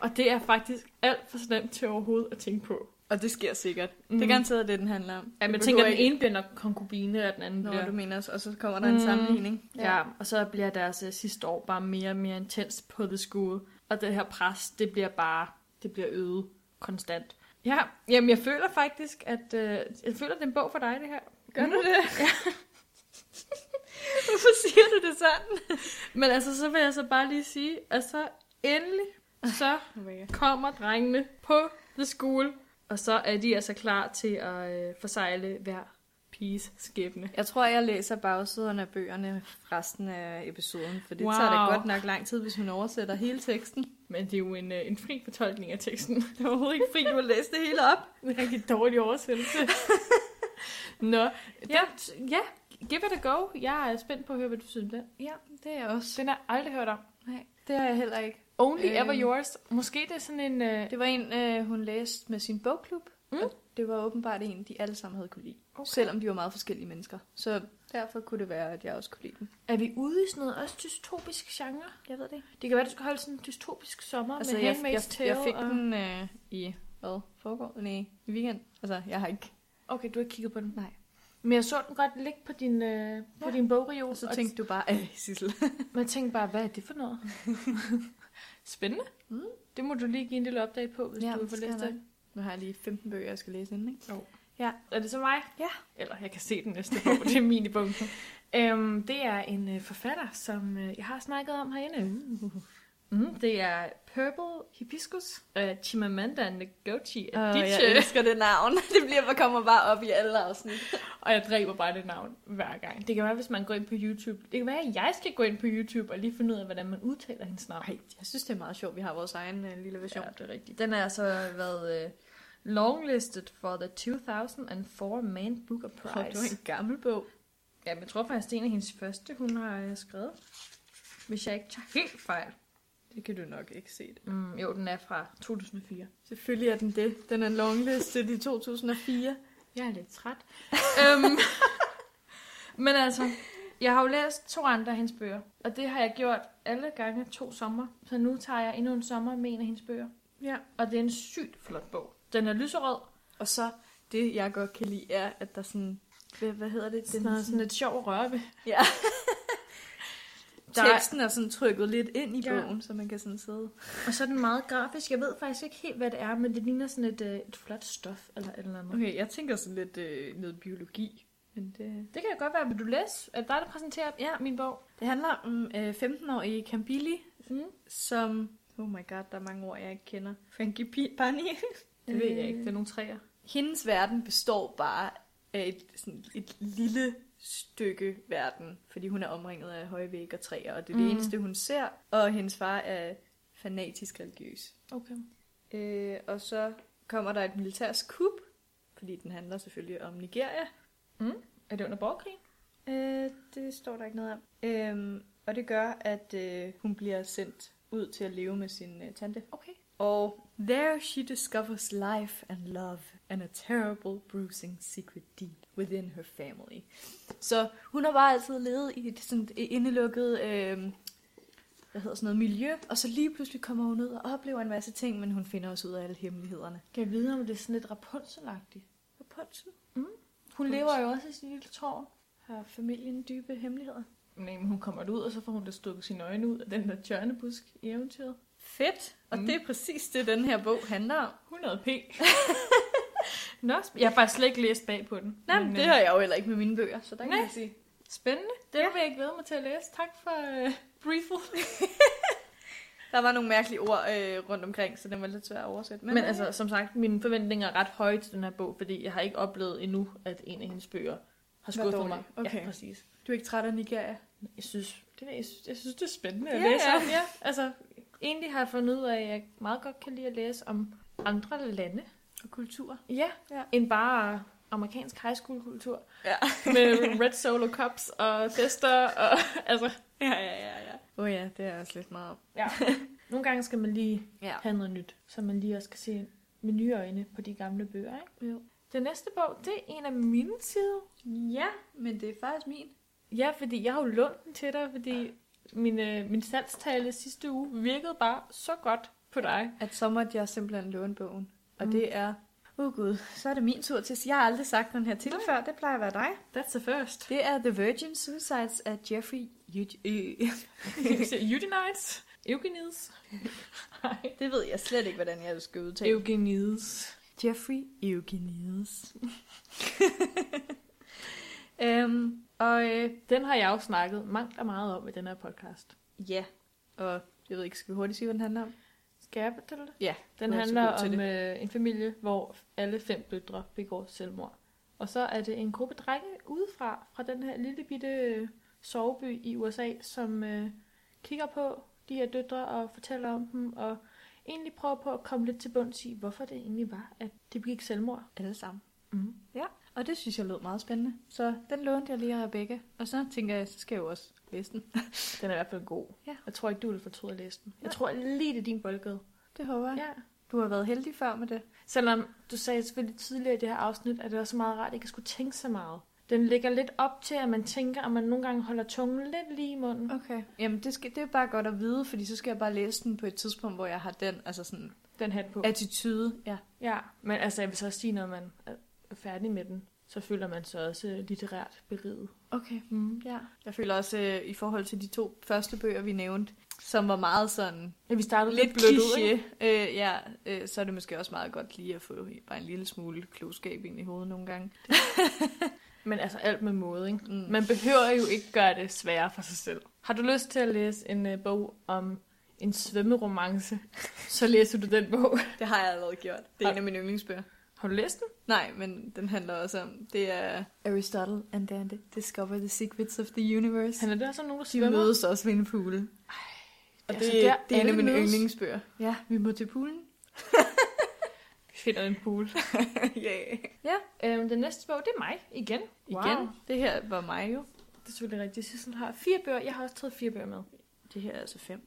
Speaker 2: og det er faktisk alt for slemt til overhovedet at tænke på.
Speaker 1: Og det sker sikkert. Mm.
Speaker 2: Mhm.
Speaker 1: Det er garanteret det, den handler om.
Speaker 2: Ja, men jeg
Speaker 1: Det
Speaker 2: tænker,
Speaker 1: behøver
Speaker 2: at den
Speaker 1: ikke-
Speaker 2: ene bliver nok konkubine, og den anden
Speaker 1: Nå,
Speaker 2: bliver...
Speaker 1: du mener, og så kommer der en
Speaker 2: Mm.
Speaker 1: sammenligning. [LAUGHS]
Speaker 2: Ja. ja, og så bliver deres øh, sidste år bare mere og mere intens på The School. Og det her pres, det bliver bare, det bliver øget konstant. Ja, jamen jeg føler faktisk, at øh, jeg føler, det er en bog for dig, det her.
Speaker 1: Gør du det?
Speaker 2: Hvorfor siger du det sådan? Men altså, så vil jeg så bare lige sige, at så endelig, så [LAUGHS] kommer drengene på The School. Og så er de altså klar til at øh, forsejle hver piges skæbne.
Speaker 1: Jeg tror, jeg læser bagsiderne af bøgerne resten af episoden, for det
Speaker 2: Wow.
Speaker 1: wow. tager da godt nok lang tid, hvis hun oversætter hele teksten.
Speaker 2: Men det er jo en, øh, en fri fortolkning af teksten. [LAUGHS]
Speaker 1: Det var overhovedet ikke fri, du har læst det hele op.
Speaker 2: En rigtig dårlig oversættelse. [LAUGHS] Nå, ja. Den, ja, give it a go. Jeg er spændt på at høre, hvad du synes om den.
Speaker 1: Ja, det er jeg også.
Speaker 2: Den har jeg aldrig hørt om.
Speaker 1: Nej, det har jeg heller ikke.
Speaker 2: Only
Speaker 1: Øhm.
Speaker 2: Ever Yours. Måske det er sådan en... Øh,
Speaker 1: Det var en, øh, hun læste med sin bogklub,
Speaker 2: Mm.
Speaker 1: mm. og det var åbenbart en, de alle sammen havde kunne lide.
Speaker 2: okay.
Speaker 1: Selvom de var meget forskellige mennesker. Så derfor kunne det være, at jeg også kunne lide den.
Speaker 2: Er vi ude i sådan noget også dystopisk genre?
Speaker 1: Jeg ved det ikke.
Speaker 2: Det kan være, du skal holde sådan en dystopisk sommer
Speaker 1: Altså,
Speaker 2: med
Speaker 1: jeg,
Speaker 2: Handmaid's
Speaker 1: jeg,
Speaker 2: Tale.
Speaker 1: jeg fik
Speaker 2: og...
Speaker 1: den øh, i, hvad, foregår? Nej, i weekend. Altså, jeg har ikke.
Speaker 2: Okay, du har ikke kigget på den.
Speaker 1: Nej.
Speaker 2: Men jeg så den godt ligge på din, øh, på
Speaker 1: Ja.
Speaker 2: din bogreol.
Speaker 1: Og så tænkte du bare, æh, Sissel.
Speaker 2: Man tænkte bare, hvad er det for noget?
Speaker 1: [LAUGHS]
Speaker 2: Spændende.
Speaker 1: Mm.
Speaker 2: Det må du lige give en lille update på,
Speaker 1: [LAUGHS]
Speaker 2: hvis
Speaker 1: Ja,
Speaker 2: du
Speaker 1: det
Speaker 2: får
Speaker 1: skal
Speaker 2: læst
Speaker 1: jeg
Speaker 2: det.
Speaker 1: Nu har jeg lige 15 bøger, jeg skal læse inden, ikke?
Speaker 2: Er det så mig?
Speaker 1: Ja.
Speaker 2: Eller jeg kan se den næste bog, det er min i
Speaker 1: [LAUGHS]
Speaker 2: bunken. Øhm, det er en øh, forfatter, som øh, jeg har snakket om herinde.
Speaker 1: Uh.
Speaker 2: Mm, det er Purple Hibiscus af Chimamanda Ngozi Adichie.
Speaker 1: jeg elsker det navn. [LAUGHS] Det bliver bare kommer bare op i alle afsnit.
Speaker 2: Og jeg dræber bare det navn hver gang. Det kan være, hvis man går ind på YouTube. Det kan være, at jeg skal gå ind på YouTube og lige finde ud af, hvordan man udtaler hendes navn. Nej,
Speaker 1: Jeg synes, det er meget sjovt, vi har vores egen øh, lille version.
Speaker 2: Ja, det er rigtigt.
Speaker 3: Den er altså været øh, longlisted for the 2004 Man Booker
Speaker 1: Jeg tror, det var
Speaker 3: Prize.
Speaker 1: en gammel bog.
Speaker 3: Ja, men jeg tror faktisk, det er en af hendes første, hun har øh, skrevet. Hvis jeg ikke tager helt fejl.
Speaker 1: Det kan du nok ikke se det.
Speaker 3: Mm, jo, den er fra
Speaker 2: [LAUGHS]
Speaker 3: 2004.
Speaker 1: Selvfølgelig er den det. Den er en longliste i 2004.
Speaker 2: Jeg er lidt træt.
Speaker 3: øhm, men altså, jeg har jo læst to andre af hendes bøger. Og det har jeg gjort alle gange to sommer. Så nu tager jeg endnu en sommer med en af hendes bøger.
Speaker 1: Ja.
Speaker 3: Og det er en sygt flot bog. Den er lyserød.
Speaker 1: Og så det, jeg godt kan lide, er, at der sådan... Hvad, hvad hedder det?
Speaker 2: Den er sådan lidt sjov at røre ved.
Speaker 1: Ja.
Speaker 3: [LAUGHS] Der er-
Speaker 1: Teksten er sådan trykket lidt ind i
Speaker 3: Ja.
Speaker 1: bogen, så man kan sådan sidde.
Speaker 3: Og så er den meget grafisk. Jeg ved faktisk ikke helt, hvad det er, men det ligner sådan et, øh, et flot stof eller et eller andet.
Speaker 1: Okay, jeg tænker sådan lidt øh, noget biologi. Men det...
Speaker 3: Det kan godt være, vil du læse? Er det dig, der præsenterer ja. min bog?
Speaker 1: det handler om øh, 15-årige Kambili,
Speaker 3: Mm.
Speaker 1: som... Oh my god, der er mange ord, jeg ikke kender. Frangipani.
Speaker 2: Det ved
Speaker 3: Øh,
Speaker 2: jeg ikke. Det er nogle træer.
Speaker 1: [LAUGHS] Hendes verden består bare af et, sådan et lille stykke verden, fordi hun er omringet af høje vægge og træer, og det er det
Speaker 3: Mm.
Speaker 1: mm. eneste, hun ser. Og hendes far er fanatisk religiøs.
Speaker 2: Okay.
Speaker 1: Øh, og så kommer der et militærs kup, fordi den handler selvfølgelig om Nigeria.
Speaker 2: Er det under borgerkrigen?
Speaker 1: Øh, det står der ikke noget om. Øhm, og det gør, at øh, hun bliver sendt ud til at leve med sin øh, tante.
Speaker 2: Okay.
Speaker 1: Og there she discovers life and love and a terrible bruising secret deep within her family. Så hun har bare altid levet i et sådan et indelukket øh, hvad hedder sådan noget, miljø, og så lige pludselig kommer hun ud og oplever en masse ting, men hun finder også ud af alle hemmelighederne.
Speaker 2: Kan jeg vide, om det er sådan lidt Rapunzelagtigt?
Speaker 1: Rapunzel.
Speaker 3: Mm.
Speaker 2: Hun
Speaker 1: Rapunzel.
Speaker 2: lever jo også i sin lille tårn.
Speaker 1: Har familien dybe hemmeligheder?
Speaker 2: Nej, men hun kommer derud, og så får hun da stukket sine øjne ud af den der tjørnebusk i eventyret.
Speaker 1: Fedt! Og
Speaker 2: Mm.
Speaker 1: mm. det er præcis det, den her bog handler om.
Speaker 2: [LAUGHS] 100 p. Nå, sp- jeg har faktisk slet ikke læst bag på den.
Speaker 1: Nej, men det
Speaker 2: øh,
Speaker 1: har jeg jo heller ikke med mine bøger, så der kan
Speaker 2: Nej.
Speaker 1: jeg sige.
Speaker 2: Spændende. Det ja. vil jeg ikke glæde mig til at læse. Tak for uh, briefet.
Speaker 1: Der var nogle mærkelige ord øh, rundt omkring, så den var lidt svær at oversætte. øh,
Speaker 2: Men, men altså, som sagt, mine forventninger er ret høje til den her bog, fordi jeg har ikke oplevet endnu, at en af hendes bøger har skuffet
Speaker 1: dårlig.
Speaker 2: mig. Ja,
Speaker 1: Okay.
Speaker 2: præcis.
Speaker 1: Du er ikke træt af Nigeria?
Speaker 2: Jeg synes, det, jeg synes, jeg synes, det er spændende at
Speaker 1: Ja,
Speaker 2: læse
Speaker 1: ja.
Speaker 2: om. Ja. Altså, egentlig har jeg fundet ud af, at jeg meget godt kan lide at læse om andre lande.
Speaker 1: Og kultur?
Speaker 2: Ja,
Speaker 1: Ja.
Speaker 2: end bare amerikansk high school kultur.
Speaker 1: Ja.
Speaker 2: [LAUGHS] med red solo cups og fester og [LAUGHS] altså...
Speaker 1: Ja, ja, ja. ja. Åh oh, ja, det er også lidt meget.
Speaker 2: Ja. Nogle gange skal man lige
Speaker 1: Ja.
Speaker 2: have noget nyt, så man lige også kan se med nye øjne på de gamle bøger, ikke?
Speaker 1: Jo.
Speaker 2: Den næste bog, det er en af mine sider.
Speaker 1: Ja, men det er faktisk min.
Speaker 2: Ja, fordi jeg har jo lånt den til dig, fordi min, øh, min salgstale sidste uge virkede bare så godt på dig.
Speaker 1: At så måtte jeg simpelthen låne bogen. Og
Speaker 2: Mm.
Speaker 1: mm. det er... Åh oh, gud, så er det min tur til. Jeg har aldrig sagt den her til
Speaker 2: Nej.
Speaker 1: før, det plejer at være dig.
Speaker 2: That's the
Speaker 1: [LAUGHS]
Speaker 2: first.
Speaker 1: Det er The Virgin Suicides af Jeffrey Eugenides. [LAUGHS]
Speaker 2: Eugenides. Eugenides. Nej.
Speaker 1: Det ved jeg slet ikke, hvordan jeg skal udtale.
Speaker 2: Eugenides.
Speaker 1: Jeffrey Eugenides. [LAUGHS] øhm, og øh,
Speaker 2: Den har jeg jo snakket mangt og meget om i den her podcast.
Speaker 1: ja, og jeg ved ikke, skal vi hurtigt sige, hvad den handler om?
Speaker 2: Skal jeg fortælle det?
Speaker 1: Ja,
Speaker 2: Den
Speaker 1: du er så
Speaker 2: handler
Speaker 1: god til
Speaker 2: om øh, en familie, hvor alle fem døtre begår selvmord. Og så er det en gruppe drenge udefra, fra den her lille bitte øh, soveby i USA, som øh, kigger på de her døtre og fortæller om dem, og egentlig prøver på at komme lidt til bunds i, hvorfor det egentlig var, at det begik selvmord.
Speaker 1: Alle sammen.
Speaker 2: Mm.
Speaker 1: Ja, og det synes jeg lød meget spændende. Så den lånte jeg lige af Rebecca. Og så tænker jeg, så skal jeg jo også læse den.
Speaker 2: Den er i hvert fald god.
Speaker 1: Ja.
Speaker 2: Jeg tror ikke, du vil fortryde at læse den. Jeg
Speaker 1: Nej.
Speaker 2: tror lige, det er din boldgade.
Speaker 1: Det håber jeg. Ja.
Speaker 2: Ja.
Speaker 1: Du har været heldig før med det.
Speaker 2: Selvom du sagde selvfølgelig tidligere i det her afsnit, at det var så meget rart, at ikke at skulle tænke så meget. Den ligger lidt op til, at man tænker, og man nogle gange holder tungen lidt lige i munden.
Speaker 1: Okay. Jamen, det, skal, det er bare godt at vide, fordi så skal jeg bare læse den på et tidspunkt, hvor jeg har den altså sådan
Speaker 2: Den hat på.
Speaker 1: attitude. Ja.
Speaker 2: Ja, men altså, jeg vil så også sige, når man er færdig med den, så føler man sig også øh, litterært beriget.
Speaker 1: Okay.
Speaker 2: Mm.
Speaker 1: Ja. Jeg føler også øh, i forhold til de to første bøger, vi nævnte, som var meget sådan
Speaker 2: Ja, vi startede lidt,
Speaker 1: lidt
Speaker 2: blødt ud,
Speaker 1: kliché,
Speaker 2: ikke?
Speaker 1: øh, ja, øh, så er det måske også meget godt lige at få bare en lille smule klogskab ind i hovedet nogle gange.
Speaker 2: Men altså, alt med måde, ikke?
Speaker 1: Mm.
Speaker 2: Man behøver jo ikke gøre det sværere for sig selv. Har du lyst til at læse en øh, bog om en svømmeromance, så læser du den bog.
Speaker 1: Det har jeg allerede gjort. Det er en af mine yndlingsbøger.
Speaker 2: Har du læst den?
Speaker 1: Nej, men den handler også om, det er Aristotle and Dante discover the secrets of the universe.
Speaker 2: Han er der sådan nogen, der
Speaker 1: De
Speaker 2: svømmer.
Speaker 1: mødes også ved en pool. Og det,
Speaker 2: altså,
Speaker 1: det,
Speaker 2: der
Speaker 1: er, det er en af
Speaker 2: alle
Speaker 1: mine
Speaker 2: mødes.
Speaker 1: yndlingsbøger. Ja, vi må til [LAUGHS] poolen.
Speaker 2: Vi finder en pool.
Speaker 1: yeah.
Speaker 2: ja, [LAUGHS] øhm, den næste bog, det er mig igen.
Speaker 1: Igen, det her var mig jo.
Speaker 2: Det er selvfølgelig rigtigt. Sissel har fire bøger. Jeg har også taget fire bøger med.
Speaker 1: Det her er altså fem.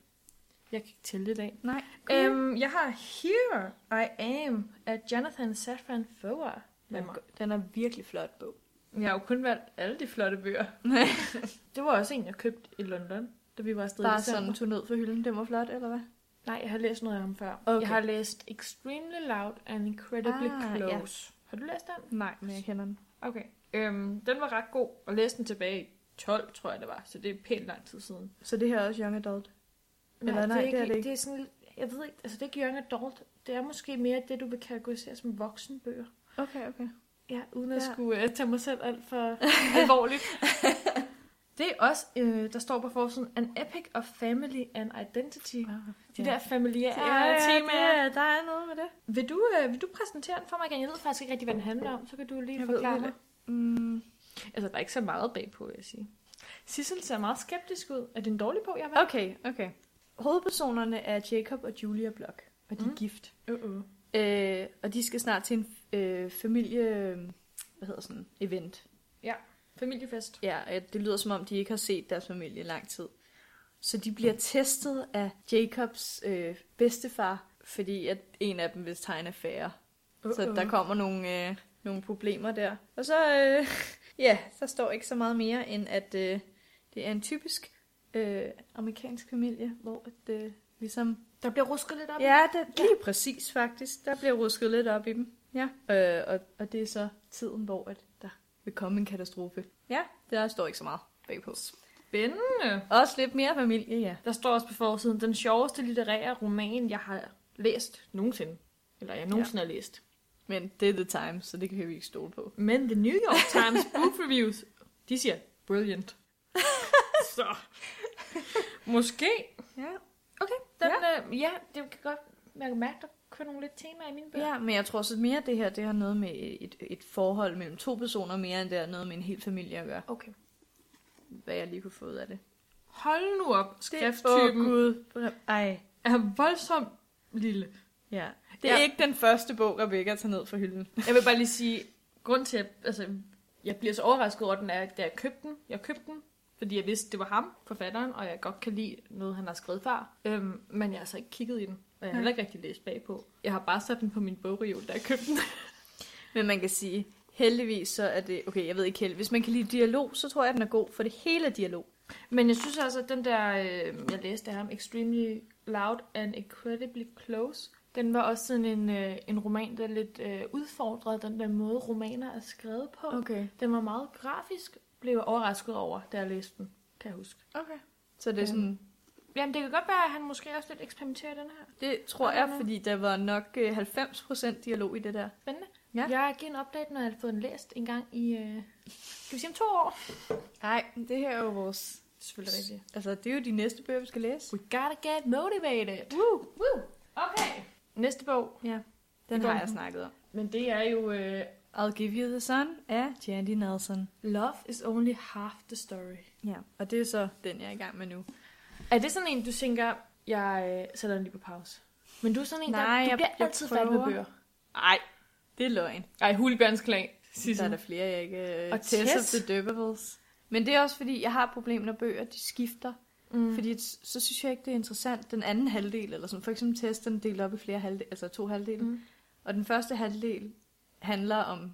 Speaker 2: Jeg kan ikke tælle det i dag.
Speaker 1: Nej. Øhm,
Speaker 2: Øhm, jeg har Here I Am af Jonathan Safran Foer med mig.
Speaker 1: den er virkelig flot bog.
Speaker 2: Jeg har jo kun valgt alle de flotte [LAUGHS] bøger. det var også en, jeg købte i London, da vi var afsted
Speaker 1: Bare sådan tog ned for hylden, den var flot, eller hvad?
Speaker 2: Nej, jeg har læst noget af ham før.
Speaker 1: Okay.
Speaker 2: Jeg har læst Extremely Loud and Incredibly
Speaker 1: Ah, ja.
Speaker 2: Close. Har du læst den?
Speaker 1: Nej, men jeg kender den.
Speaker 2: Okay. Øhm, den var ret god, og læste den tilbage i 12, tror jeg det var, så det er pænt lang tid siden.
Speaker 1: Så det her er også young adult. Eller nej,
Speaker 2: det er,
Speaker 1: det er det
Speaker 2: ikke.
Speaker 1: ikke.
Speaker 2: Det er sådan, jeg ved ikke, altså det er ikke young adult. Det er måske mere det, du vil kategorisere som voksenbøger.
Speaker 1: Okay, okay.
Speaker 2: Ja, uden at
Speaker 1: Ja.
Speaker 2: skulle uh, tage mig selv alt [LAUGHS] for alvorligt. det er også, øh, der står på forsiden, An Epic of Family and Identity. De ja. der familiære ja, temaer.
Speaker 1: der er noget med det.
Speaker 2: Vil du, øh, vil du præsentere den for mig igen? Jeg ved faktisk ikke rigtig, hvad den handler om, så kan du lige
Speaker 1: Jeg ved
Speaker 2: forklare
Speaker 1: heller
Speaker 2: mig.
Speaker 1: Mm,
Speaker 2: Altså, der er ikke så meget bagpå, vil jeg sige. Sissel ser meget skeptisk ud. Er det en dårlig bog, jeg har
Speaker 1: okay, okay. Hovedpersonerne er Jacob og Julia Block, og de
Speaker 2: Mm.
Speaker 1: er gift.
Speaker 2: valgt? Uh-uh.
Speaker 1: Øh, og de skal snart til en øh, familie... Hvad hedder sådan? Event.
Speaker 2: Familiefest.
Speaker 1: Ja, øh, det lyder som om, de ikke har set deres familie i lang tid. Så de bliver testet af Jacobs øh, bedstefar, fordi at en af dem vist har en affære.
Speaker 2: Uh-uh.
Speaker 1: Så der kommer nogle, øh, nogle problemer der. Og så, øh, [LAUGHS] ja, der står ikke så meget mere, end at øh, det er en typisk øh, amerikansk familie, hvor at, øh, ligesom...
Speaker 2: der bliver rusket lidt op. i
Speaker 1: Ja, det, lige præcis faktisk. Der bliver rusket lidt op i dem. Ja. Øh, og, og det er så tiden, hvor at der vil komme en katastrofe. Ja, der står ikke så meget bagpå.
Speaker 2: Spændende.
Speaker 1: Også lidt mere familie, ja.
Speaker 2: Der står også på forsiden, den sjoveste litterære roman, jeg har læst nogensinde. Eller jeg nogensinde ja. har læst.
Speaker 1: Men det er The Times, så det kan vi ikke stole på.
Speaker 2: Men The New York Times Book Reviews, de siger, brilliant. Så. Måske.
Speaker 1: Ja.
Speaker 2: Okay, den, ja. Øh, ja, det kan godt jeg kan mærke, der kører nogle lidt temaer i mine bøger.
Speaker 1: Ja, men jeg tror så mere, at det her det har noget med et, et forhold mellem to personer mere, end det har noget med en hel familie at gøre.
Speaker 2: Okay.
Speaker 1: Hvad jeg lige kunne få ud af det.
Speaker 2: Hold nu op,
Speaker 1: Åh,
Speaker 2: skrifttypen
Speaker 1: Gud. Ej.
Speaker 2: er voldsomt lille.
Speaker 1: Ja.
Speaker 2: Det er
Speaker 1: ikke den første bog, Rebecca tager ned fra hylden.
Speaker 2: Jeg vil bare lige sige, grund til, at altså, jeg bliver så overrasket over den, er, at da jeg købte den, jeg købte den, fordi jeg vidste, det var ham, forfatteren, og jeg godt kan lide noget, han har skrevet før. Øhm, men jeg har altså ikke kigget i den, og jeg har heller ikke rigtig læst bagpå. Jeg har bare sat den på min bogreol, da jeg købte den.
Speaker 1: Men man kan sige, heldigvis så er det... Okay, jeg ved ikke helt. Hvis man kan lide dialog, så tror jeg, at den er god, for det hele er dialog.
Speaker 2: [LAUGHS] Men jeg synes altså, at den der, øh, jeg læste af ham, Extremely Loud and Incredibly Close, den var også sådan en, øh, en roman, der lidt øh, udfordrede den der måde, romaner er skrevet på. Okay. Den var meget grafisk, blev jeg overrasket over, da jeg læste den, kan jeg huske.
Speaker 1: Okay. Så det er sådan...
Speaker 2: Jamen, det kan godt være, at han måske også lidt eksperimenterer i den her.
Speaker 1: Det tror jeg, fordi der var nok øh, 90% dialog i det der.
Speaker 2: Spændende.
Speaker 1: Ja.
Speaker 2: Jeg genopdager den, når jeg har fået den læst en gang i, øh, skal vi sige om to år?
Speaker 1: Nej, det her er jo vores...
Speaker 2: Selvfølgelig rigtigt.
Speaker 1: Altså, det er jo de næste bøger, vi skal læse.
Speaker 2: We gotta get motivated.
Speaker 1: Woo!
Speaker 2: Woo. Okay. Næste bog.
Speaker 1: Ja,
Speaker 2: Det
Speaker 1: den
Speaker 2: går
Speaker 1: har
Speaker 2: den.
Speaker 1: jeg snakket om.
Speaker 2: Men det er jo øh,
Speaker 1: I'll Give You The Sun af Jandy Nelson.
Speaker 2: Love is only half the story.
Speaker 1: Ja, og det er så den, jeg er i gang med nu.
Speaker 2: Er det sådan en, du tænker, jeg øh, sætter den lige på pause? Men du er sådan en, der,
Speaker 1: Nej,
Speaker 2: du
Speaker 1: jeg-
Speaker 2: bliver
Speaker 1: jeg
Speaker 2: altid færdig med
Speaker 1: prøver.
Speaker 2: bøger.
Speaker 1: Nej, det er løgn.
Speaker 4: Ej, huligans klan.
Speaker 1: Der er der
Speaker 4: Sissel.
Speaker 1: flere, jeg ikke...
Speaker 2: Og
Speaker 1: Og Tess
Speaker 2: Tess.
Speaker 1: of the Durbables. Men det er også fordi, jeg har et problem, når bøger de skifter.
Speaker 2: Mm.
Speaker 1: Mm. Fordi s- så synes jeg ikke, det er interessant. Den anden halvdel, eller sådan. For eksempel Tess, den er delt op i flere halvdel, altså to halvdele.
Speaker 2: Mm.
Speaker 1: Mm. Og den første halvdel handler om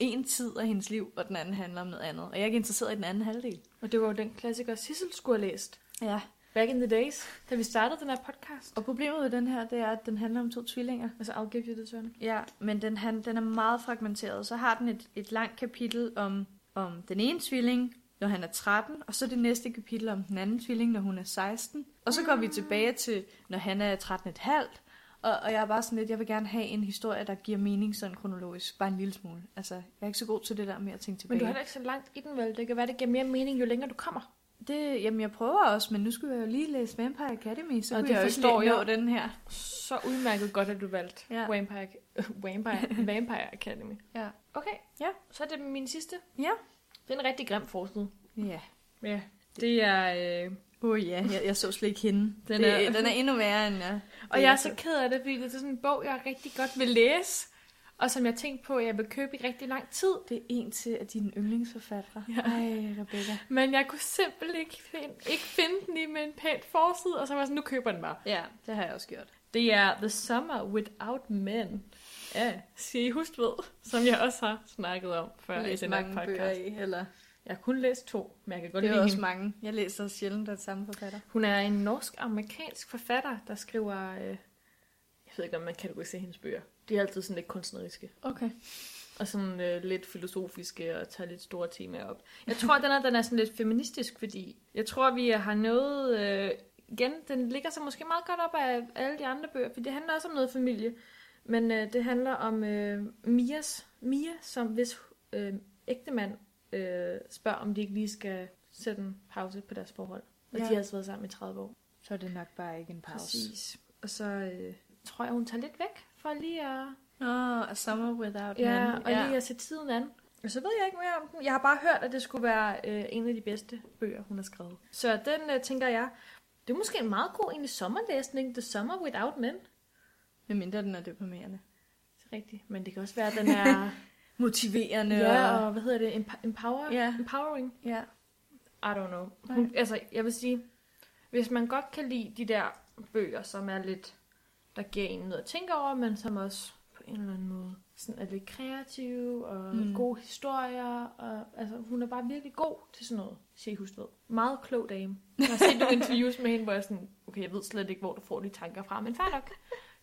Speaker 1: en tid af hendes liv, og den anden handler om noget andet. Og jeg er ikke interesseret i den anden halvdel.
Speaker 2: Og det var jo den klassiker, Sissel skulle have læst.
Speaker 1: Ja.
Speaker 2: Back in the days, da vi startede den her podcast.
Speaker 1: Og problemet ved den her, det er, at den handler om to tvillinger.
Speaker 2: Altså, I'll give you the sun.
Speaker 1: Ja, men den, han, den er meget fragmenteret. Så har den et, et langt kapitel om, om den ene tvilling, når han er 13, og så det næste kapitel om den anden tvilling, når hun er 16. Og så går vi tilbage til, når han er 13 et halvt. Og, og jeg er bare sådan lidt, jeg vil gerne have en historie, der giver mening sådan kronologisk. Bare en lille smule. Altså, jeg er ikke så god til det der med at tænke tilbage.
Speaker 2: Men du er heller ikke så langt i den, vel? Det kan være, det giver mere mening, jo længere du kommer.
Speaker 1: det, jamen, jeg prøver også, men nu skulle jeg jo lige læse Vampire Academy, så
Speaker 4: Og
Speaker 1: og kunne
Speaker 4: det
Speaker 1: jeg jo
Speaker 4: forstår
Speaker 1: ikke nå
Speaker 4: jeg.
Speaker 1: den her.
Speaker 2: Så udmærket godt, at du valgte ja.
Speaker 1: Ja.
Speaker 2: Vampire, [LAUGHS] Vampire, Vampire Academy.
Speaker 1: Ja.
Speaker 2: Okay,
Speaker 1: Ja.
Speaker 2: så er det min sidste.
Speaker 1: Ja.
Speaker 2: Det er en rigtig grim forside.
Speaker 1: Ja.
Speaker 2: Ja, det er... Øh...
Speaker 1: Åh oh, ja, jeg, jeg så slet ikke hende. Den
Speaker 2: er-
Speaker 1: er, det, den er endnu værre end jeg.
Speaker 2: Og jeg er så ked af det, fordi det er sådan en bog, jeg rigtig godt vil læse, og som jeg tænkte på, at jeg vil købe i rigtig lang tid.
Speaker 1: Det er en til af dine yndlingsforfattere.
Speaker 2: Ja.
Speaker 1: Ja. Ej, Rebecca.
Speaker 2: Men jeg kunne simpelthen ikke finde, ikke finde den i med en pænt forside, og så var jeg sådan, nu køber jeg den bare.
Speaker 1: Ja, det har jeg også gjort.
Speaker 2: Det er The Summer Without Men af C. Hustved, som jeg også har snakket om før i den her podcast.
Speaker 1: i, eller?
Speaker 2: Jeg har kun læst to, men jeg kan godt
Speaker 1: Det
Speaker 2: lide
Speaker 1: er også
Speaker 2: hende.
Speaker 1: mange. Jeg læser sjældent den samme forfatter.
Speaker 2: Hun er en norsk-amerikansk forfatter, der skriver... Øh, jeg ved ikke, om man kategoriserer hendes bøger. De er altid sådan lidt kunstneriske.
Speaker 1: Okay.
Speaker 2: Og sådan øh, lidt filosofiske og tager lidt store temaer op. Jeg tror, den er, den er sådan lidt feministisk, fordi jeg tror, vi har noget... Øh, igen, den ligger sig måske meget godt op af alle de andre bøger, for det handler også om noget familie. Men øh, det handler om øh, Mias, Mia, som hvis øh, ægte mand øh, spørger, om de ikke lige skal sætte en pause på deres forhold. Og ja.
Speaker 1: Ja.
Speaker 2: de har altså været sammen i 30 år.
Speaker 1: Så er det nok bare ikke en pause.
Speaker 2: Præcis. Og så øh, tror jeg, hun tager lidt væk for lige at
Speaker 1: Nå, oh, A Summer Without
Speaker 2: Ja,
Speaker 1: Men.
Speaker 2: og
Speaker 1: ja.
Speaker 2: lige at se tiden an. Og så ved jeg ikke mere om den. Jeg har bare hørt, at det skulle være øh, en af de bedste bøger, hun har skrevet. Så den øh, tænker jeg, det er måske en meget god egentlig sommerlæsning. The Summer Without Men.
Speaker 1: Med
Speaker 2: Det
Speaker 1: mindre den er deprimerende.
Speaker 2: er rigtigt. Men det kan også være, at den er...
Speaker 1: Motiverende.
Speaker 2: ja,
Speaker 1: og...
Speaker 2: og hvad hedder det? Emp- empower,
Speaker 1: Ja.
Speaker 2: Empowering?
Speaker 1: ja.
Speaker 2: I don't know. Hun, altså, jeg vil sige, hvis man godt kan lide de der bøger, som er lidt, der giver en noget at tænke over, men som også på en eller anden måde sådan er lidt kreative og mm.
Speaker 1: Mm.
Speaker 2: gode historier. Og, altså, hun er bare virkelig god til sådan noget, siger Hustved. Meget klog dame. Jeg har set nogle interviews med hende, hvor jeg sådan, okay, jeg ved slet ikke, hvor du får de tanker fra, men fair nok.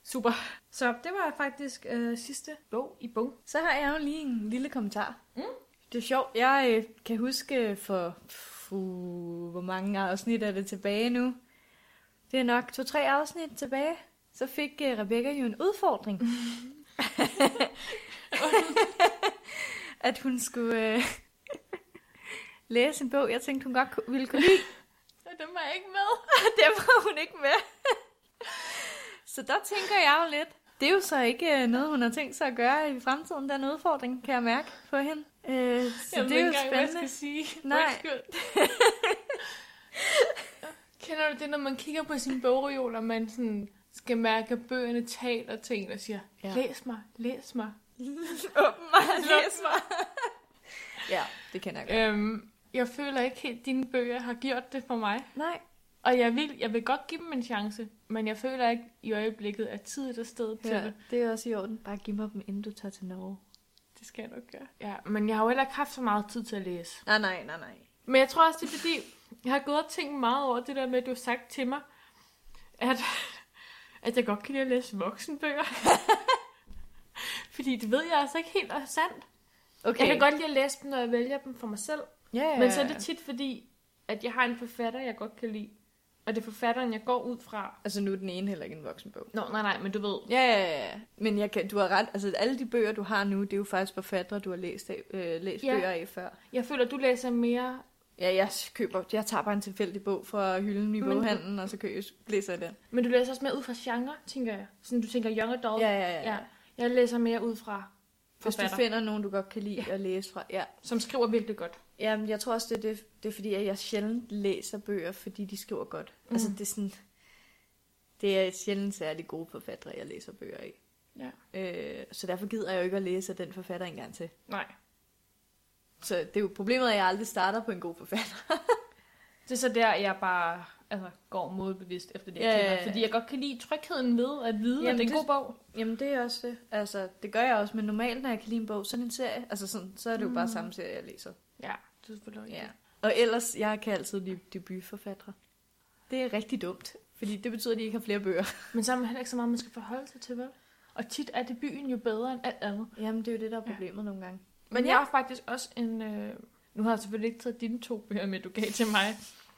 Speaker 2: Super. Så det var faktisk øh, sidste bog i bog.
Speaker 1: Så har jeg jo lige en lille kommentar. Mm. Det er sjovt. Jeg øh, kan huske for... Fuh, hvor mange afsnit er det tilbage nu? Det er nok to-tre afsnit tilbage. Så fik øh, Rebecca jo en udfordring. [LAUGHS] at hun skulle øh, læse en bog, jeg tænkte, hun godt ku- ville kunne lide.
Speaker 2: Og dem var jeg ikke med.
Speaker 1: [LAUGHS] Der var hun ikke med. Så der tænker jeg jo lidt, det er jo så ikke øh, noget, hun har tænkt sig at gøre i fremtiden, den udfordring, kan jeg mærke på hende. Øh, så
Speaker 2: jeg
Speaker 1: det er jo
Speaker 2: engang, hvad jeg skal
Speaker 1: spændende.
Speaker 2: sige.
Speaker 1: Nej. [LAUGHS]
Speaker 2: Undskyld. Kender du det, når man kigger på sin bogreol, og man sådan skal mærke, at bøgerne taler til en og siger, ja.
Speaker 1: Ja.
Speaker 2: læs mig, læs mig.
Speaker 1: Åbn mig,
Speaker 2: læs
Speaker 1: mig. [LAUGHS] ja, det kender jeg godt.
Speaker 2: Øhm, jeg føler ikke helt, at dine bøger har gjort det for mig.
Speaker 1: Nej,
Speaker 2: Og jeg vil, jeg vil godt give dem en chance, men jeg føler ikke i øjeblikket, at tid og sted til
Speaker 1: ja,
Speaker 2: det.
Speaker 1: det er også i orden. Bare giv mig dem, inden du tager til Norge.
Speaker 2: Det skal jeg nok gøre. Ja, men jeg har jo heller ikke haft så meget tid til at læse.
Speaker 1: Nej, nej, nej, nej.
Speaker 2: Men jeg tror også, det er fordi, jeg har gået og tænkt meget over det der med, at du har sagt til mig, at, [LAUGHS] at jeg godt kan lide at læse voksenbøger. [LAUGHS] fordi det ved jeg altså ikke helt er sandt.
Speaker 1: Okay.
Speaker 2: Jeg kan godt lide at læse dem, når jeg vælger dem for mig selv.
Speaker 1: Ja, ja,
Speaker 2: Men så er det
Speaker 1: ja.
Speaker 2: tit fordi, at jeg har en forfatter, jeg godt kan lide. Og det er forfatteren, jeg går ud fra.
Speaker 1: Altså nu er den ene heller ikke en voksenbog.
Speaker 2: Nå, nej, nej, men du ved.
Speaker 1: Ja, ja, ja. Men jeg kan, du har ret. Altså alle de bøger, du har nu, det er jo faktisk forfattere, du har læst, af, øh, læst
Speaker 2: Ja.
Speaker 1: ja. bøger af før.
Speaker 2: Jeg føler, du læser mere...
Speaker 1: Ja, jeg køber, jeg tager bare en tilfældig bog fra hylden i
Speaker 2: Men-
Speaker 1: boghandlen, og så køber, jeg- læser jeg den.
Speaker 2: Men du læser også mere ud fra genre, tænker jeg. Sådan, du tænker young adult.
Speaker 1: Ja, ja, ja.
Speaker 2: Jeg læser mere ud fra
Speaker 1: Hvis du
Speaker 3: forfatter,
Speaker 1: finder nogen, du godt kan lide at læse fra. Ja.
Speaker 3: som skriver virkelig godt.
Speaker 1: Jamen, jeg tror også, det er, det, det er fordi, at jeg sjældent læser bøger, fordi de skriver godt. Mm. Altså, det er sådan... Det er sjældent særlig gode forfattere, jeg læser bøger af.
Speaker 3: Ja.
Speaker 1: Øh, så derfor gider jeg jo ikke at læse af den forfatter en gang til.
Speaker 3: Nej.
Speaker 1: Så det er jo problemet, at jeg aldrig starter på en god forfatter.
Speaker 3: Det er så der, jeg bare altså, går modbevidst efter det, jeg
Speaker 1: Ja,
Speaker 3: kender.
Speaker 1: ja, ja.
Speaker 3: Fordi jeg godt kan lide trygheden ved at vide,
Speaker 1: Jamen,
Speaker 3: at det er en
Speaker 1: det-
Speaker 3: god bog.
Speaker 1: Jamen, det er også det. Altså, det gør jeg også, men normalt, når jeg kan lide en bog, sådan en serie, altså sådan, så er det jo bare samme serie, jeg læser.
Speaker 3: Ja, det er selvfølgelig
Speaker 1: Ja.
Speaker 3: ja.
Speaker 1: Og ellers, jeg kan altid lide debutforfattere. Det er rigtig dumt, fordi det betyder, at de ikke har flere bøger.
Speaker 3: Men så er man heller ikke så meget, man skal forholde sig til, vel? Og tit er debuten jo bedre end alt andet.
Speaker 1: Jamen, det er jo det, der er
Speaker 3: Ja.
Speaker 1: problemet nogle gange.
Speaker 3: Men jeg har faktisk også en... Øh... Nu har jeg selvfølgelig ikke taget dine to bøger med, du gav til mig.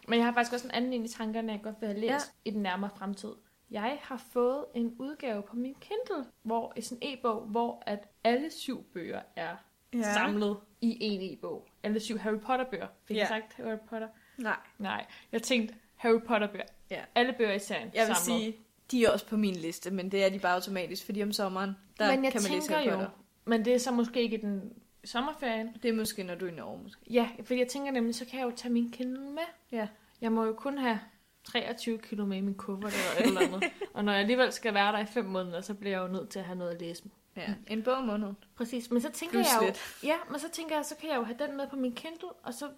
Speaker 3: Men jeg har faktisk også en anden en i tankerne, jeg godt vil have læst ja. i den nærmere fremtid. Jeg har fået en udgave på min Kindle, hvor sådan en e-bog, hvor at alle syv bøger er ja. samlet i en e-bog. Alle syv Harry Potter-bøger. Fik ja.
Speaker 1: Ja.
Speaker 3: jeg sagt Harry Potter?
Speaker 1: Nej,
Speaker 3: Nej, jeg tænkte Harry Potter-bøger.
Speaker 1: Ja.
Speaker 3: Alle bøger i serien
Speaker 1: jeg vil
Speaker 3: samlet.
Speaker 1: sige, de er også på min liste, men det er de bare automatisk, fordi om sommeren, der
Speaker 3: men jeg
Speaker 1: kan man læse
Speaker 3: tænker
Speaker 1: Harry
Speaker 3: jo,
Speaker 1: Potter.
Speaker 3: men det er så måske ikke i den sommerferien,
Speaker 1: Det er måske, når du er i Norge, måske.
Speaker 3: Ja, fordi jeg tænker nemlig, så kan jeg jo tage min Kindle med.
Speaker 1: Ja.
Speaker 3: Jeg må jo kun have 23 kilo med i min kuffert eller et eller
Speaker 1: [LAUGHS]
Speaker 3: andet. og når jeg alligevel skal være der i fem måneder, så bliver jeg jo nødt til at have noget at læse.
Speaker 1: Ja, en bog om måneden.
Speaker 3: Præcis, men så tænker
Speaker 1: Plus
Speaker 3: jeg jo... Ja, men så tænker jeg, så kan jeg jo have den med på min Kindle, og så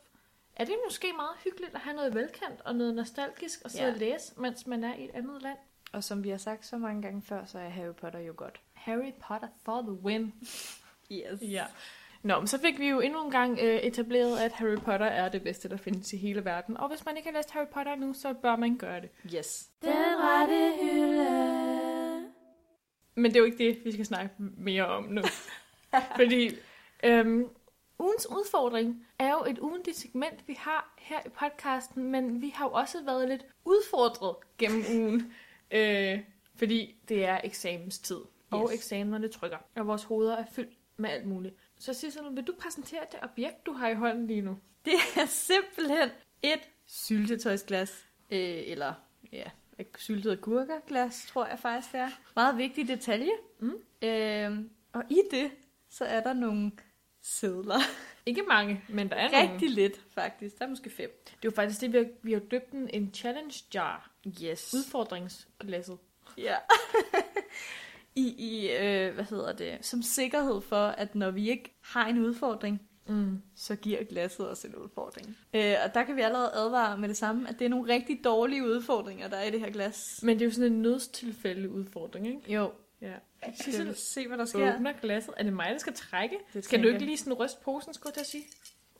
Speaker 3: er det måske meget hyggeligt at have noget velkendt og noget nostalgisk og sidde
Speaker 1: Ja.
Speaker 3: og læse, mens man er i et andet land.
Speaker 1: Og som vi har sagt så mange gange før, så er Harry Potter jo godt.
Speaker 3: Harry Potter for the win.
Speaker 1: Yes.
Speaker 2: Ja.
Speaker 3: Nå, men så fik vi jo endnu en gang øh, etableret, at Harry Potter er det bedste, der findes i hele verden. Og hvis man ikke har læst Harry Potter nu, så bør man gøre det.
Speaker 1: Yes.
Speaker 5: Den rette hylde.
Speaker 3: Men det er jo ikke det, vi skal snakke mere om
Speaker 1: [LAUGHS]
Speaker 3: nu. Fordi øhm, ugens udfordring er jo et ugentligt segment, vi har her i podcasten, men vi har jo også været lidt udfordret gennem
Speaker 1: [LAUGHS]
Speaker 3: ugen, øh, fordi det er eksamenstid, og
Speaker 1: Yes.
Speaker 3: eksamenerne trykker, og vores hoveder er fyldt med alt muligt. Så Sissel, vil du præsentere det objekt, du har i hånden lige nu?
Speaker 1: [LAUGHS] Det er simpelthen et syltetøjsglas. Øh, eller, ja, et syltet gurkerglas, tror jeg faktisk det er. Meget vigtig detalje.
Speaker 3: Mm.
Speaker 1: Øh, og i det, så er der nogle sædler.
Speaker 3: Ikke mange, men der er nogle.
Speaker 1: Rigtig lidt, faktisk. Der er måske fem.
Speaker 3: Det er jo faktisk det, vi har, vi har døbt den en challenge jar,
Speaker 1: Yes.
Speaker 3: udfordringsglasset.
Speaker 1: Ja. [LAUGHS] I, i øh, hvad hedder det, som sikkerhed for, at når vi ikke har en udfordring,
Speaker 3: Mm.
Speaker 1: så giver glasset os en udfordring. Øh, og der kan vi allerede advare med det samme, at det er nogle rigtig dårlige udfordringer, der er i det her glas.
Speaker 3: Men det er jo sådan en nødstilfælde udfordring, ikke?
Speaker 1: Jo,
Speaker 3: Ja.
Speaker 1: skal vi se, hvad der
Speaker 3: Skal jeg
Speaker 1: sker?
Speaker 3: åbner glasset. Er det mig, der skal trække?
Speaker 1: Det
Speaker 3: Skal du
Speaker 1: tænker
Speaker 3: ikke lige sådan ryste posen, skulle jeg til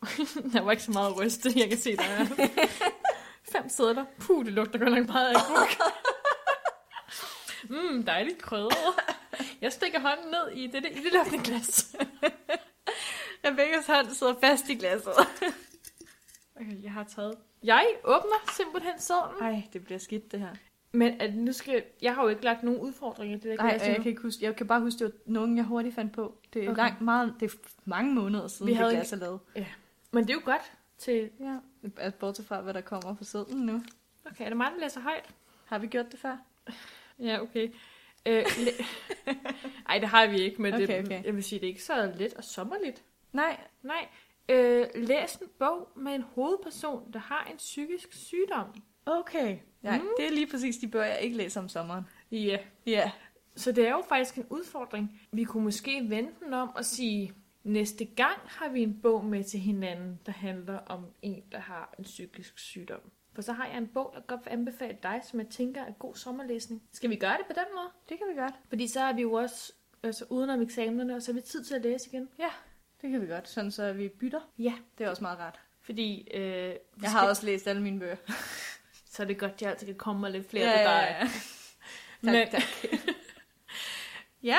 Speaker 3: at sige? [LAUGHS] der var ikke så meget at ryste, jeg kan se, der [LAUGHS] er fem sædler. Puh, det lugter godt nok meget af kuk. mm, dejligt krydret. Jeg stikker hånden ned i det, i det lukkende glas.
Speaker 1: Rebekkas hånd sidder fast i [LAUGHS] glasset.
Speaker 3: Okay, jeg har taget. Jeg åbner simpelthen sædlen.
Speaker 1: Nej, det bliver skidt det her.
Speaker 3: Men at nu skal... Jeg har jo ikke lagt nogen udfordringer i det der
Speaker 1: Nej,
Speaker 3: glas.
Speaker 1: og jeg
Speaker 3: endnu.
Speaker 1: kan ikke huske. Jeg kan bare huske, det var nogen, jeg hurtigt fandt på. Det er
Speaker 3: Okay.
Speaker 1: øh, okay. langt, meget, det er mange måneder siden,
Speaker 3: Vi
Speaker 1: vi det
Speaker 3: havde
Speaker 1: glas er lavet.
Speaker 3: Men det er jo godt til...
Speaker 1: Ja. Altså, Bortset fra, hvad der kommer på sædlen nu.
Speaker 3: Okay, er det mig, der læser højt?
Speaker 1: Har vi gjort det før?
Speaker 3: Ja, okay. Øh, [LAUGHS] le- Ej, det har vi ikke, men okay,
Speaker 1: Okay,
Speaker 3: det,
Speaker 1: okay.
Speaker 3: okay. jeg vil sige, det er ikke så let og sommerligt.
Speaker 1: Nej,
Speaker 3: Nej. Øh, læs en bog med en hovedperson, der har en psykisk sygdom.
Speaker 1: Okay. Nej,
Speaker 3: Mm.
Speaker 1: mm. det er lige præcis de bøger, jeg ikke læser om sommeren.
Speaker 3: Ja.
Speaker 1: Ja.
Speaker 3: Så det er jo faktisk en udfordring. Vi kunne måske vende den om og sige, næste gang har vi en bog med til hinanden, der handler om en, der har en psykisk sygdom. For så har jeg en bog, jeg godt vil anbefale dig, som jeg tænker er god sommerlæsning. Skal vi gøre det på den måde?
Speaker 1: Det kan vi godt.
Speaker 3: Fordi så er vi jo også altså, udenom eksamenerne, og så har vi tid til at læse igen.
Speaker 1: Det kan vi godt, sådan så vi bytter.
Speaker 3: Ja,
Speaker 1: Det er også meget rart.
Speaker 3: fordi... Øh, jeg
Speaker 1: Jeg har også læst alle mine bøger.
Speaker 3: Så er det godt, at jeg altid kan komme med lidt flere ja, til dig.
Speaker 1: [LAUGHS]
Speaker 3: Ja, ja.
Speaker 1: tak,
Speaker 3: Men-
Speaker 1: tak. ja.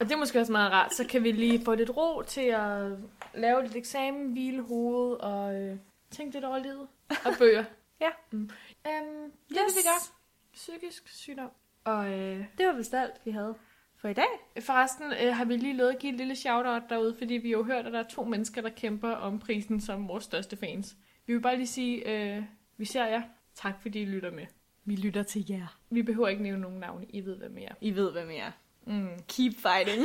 Speaker 3: Og det er måske også meget rart. Så kan vi lige få lidt ro til at lave lidt eksamen, hvile hovedet og øh, tænke lidt over livet. Og [LAUGHS] bøger.
Speaker 1: Ja.
Speaker 3: Mm. Um, yes. Det
Speaker 1: Yes.
Speaker 3: vil vi gøre. Psykisk sygdom. Og øh,
Speaker 1: Det var vist alt, vi havde for i dag.
Speaker 3: forresten øh, har vi lige lovet at give et lille shout-out derude, fordi vi jo hørt, at der er to mennesker, der kæmper om prisen som vores største fans. Vi vil bare lige sige, øh, vi ser jer. Tak fordi I lytter med.
Speaker 1: Vi lytter til jer.
Speaker 3: Vi behøver ikke nævne nogen navne. I ved, hvem I er.
Speaker 1: I ved, hvem I er.
Speaker 3: Mm.
Speaker 1: Keep fighting.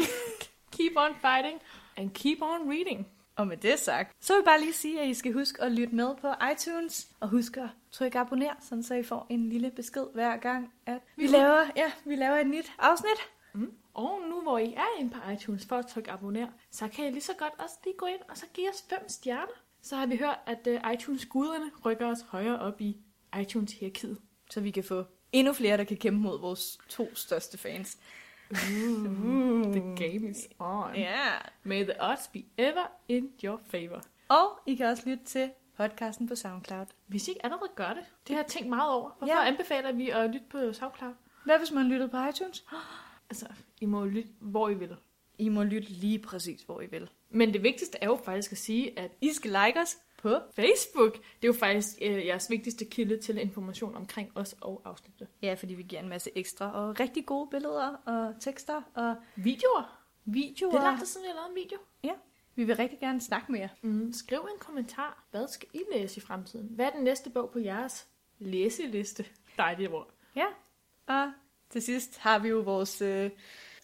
Speaker 3: Keep on fighting and keep on reading.
Speaker 1: [LAUGHS] Og med det sagt, så vil jeg bare lige sige, at I skal huske at lytte med på iTunes, og husk at trykke abonner, sådan så I får en lille besked hver gang, at vi laver, ja, vi laver et nyt afsnit.
Speaker 3: Og nu hvor I er inde på iTunes for at trykke abonner, så kan I lige så godt også lige gå ind og så give os fem stjerner. Så har vi hørt, at øh, iTunes-guderne rykker os højere op i iTunes-hierarkiet.
Speaker 1: Så vi kan få endnu flere, der kan kæmpe mod vores to største fans.
Speaker 3: Uh, the game is on.
Speaker 1: Ja.
Speaker 3: May the odds be ever in your favor.
Speaker 1: Og I kan også lytte til podcasten på SoundCloud.
Speaker 3: Hvis I ikke allerede gør det, det har jeg tænkt meget over. Hvorfor
Speaker 1: Ja.
Speaker 3: anbefaler vi at lytte på SoundCloud?
Speaker 1: Hvad hvis man lyttede på iTunes?
Speaker 3: Altså, I må jo lytte, hvor I vil.
Speaker 1: I må lytte lige præcis, hvor I vil.
Speaker 3: Men det vigtigste er jo faktisk at sige, at
Speaker 1: I skal like os på
Speaker 3: Facebook, det er jo faktisk øh, jeres vigtigste kilde til information omkring os og afsnittet.
Speaker 1: Ja, fordi vi giver en masse ekstra og rigtig gode billeder og tekster og
Speaker 3: Videoer.
Speaker 1: videoer.
Speaker 3: Det er langt siden, vi har lavet en video.
Speaker 1: Vi vil rigtig gerne snakke mere.
Speaker 3: Mm, skriv en kommentar. Hvad skal I læse i fremtiden? Hvad er den næste bog på jeres læseliste? Dejlige ord.
Speaker 1: Ja, og til sidst har vi jo vores øh,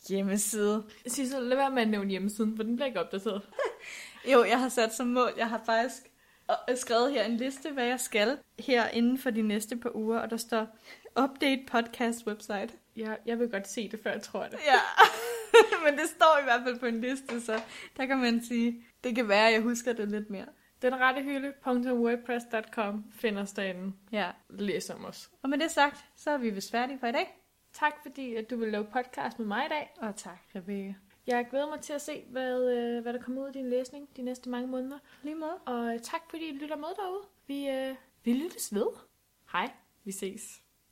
Speaker 1: hjemmeside.
Speaker 3: Sissel, lad være med at nævne hjemmesiden, for den bliver ikke opdateret.
Speaker 1: Jo, jeg har sat som mål, jeg har faktisk øh, skrevet her en liste, hvad jeg skal her inden for de næste par uger, og der står update podcast website.
Speaker 3: Jeg, jeg vil godt se det, før jeg tror det.
Speaker 1: Ja, [LAUGHS] men det står i hvert fald på en liste, så der kan man sige, det kan være, at jeg husker det lidt mere.
Speaker 3: Den rette hylde.wordpress.com finder os derinde.
Speaker 1: Ja,
Speaker 3: Læs om os.
Speaker 1: og med det sagt, så er vi vist færdige for i dag.
Speaker 3: Tak fordi at du vil lave podcast med mig i dag.
Speaker 1: Og tak, Rebecca.
Speaker 3: Jeg glæder mig til at se, hvad, øh, hvad der kommer ud af din læsning de næste mange måneder.
Speaker 1: Lige måde.
Speaker 3: Og øh, tak fordi I lytter med derude. Vi, øh, vi lyttes ved. Hej. Vi ses.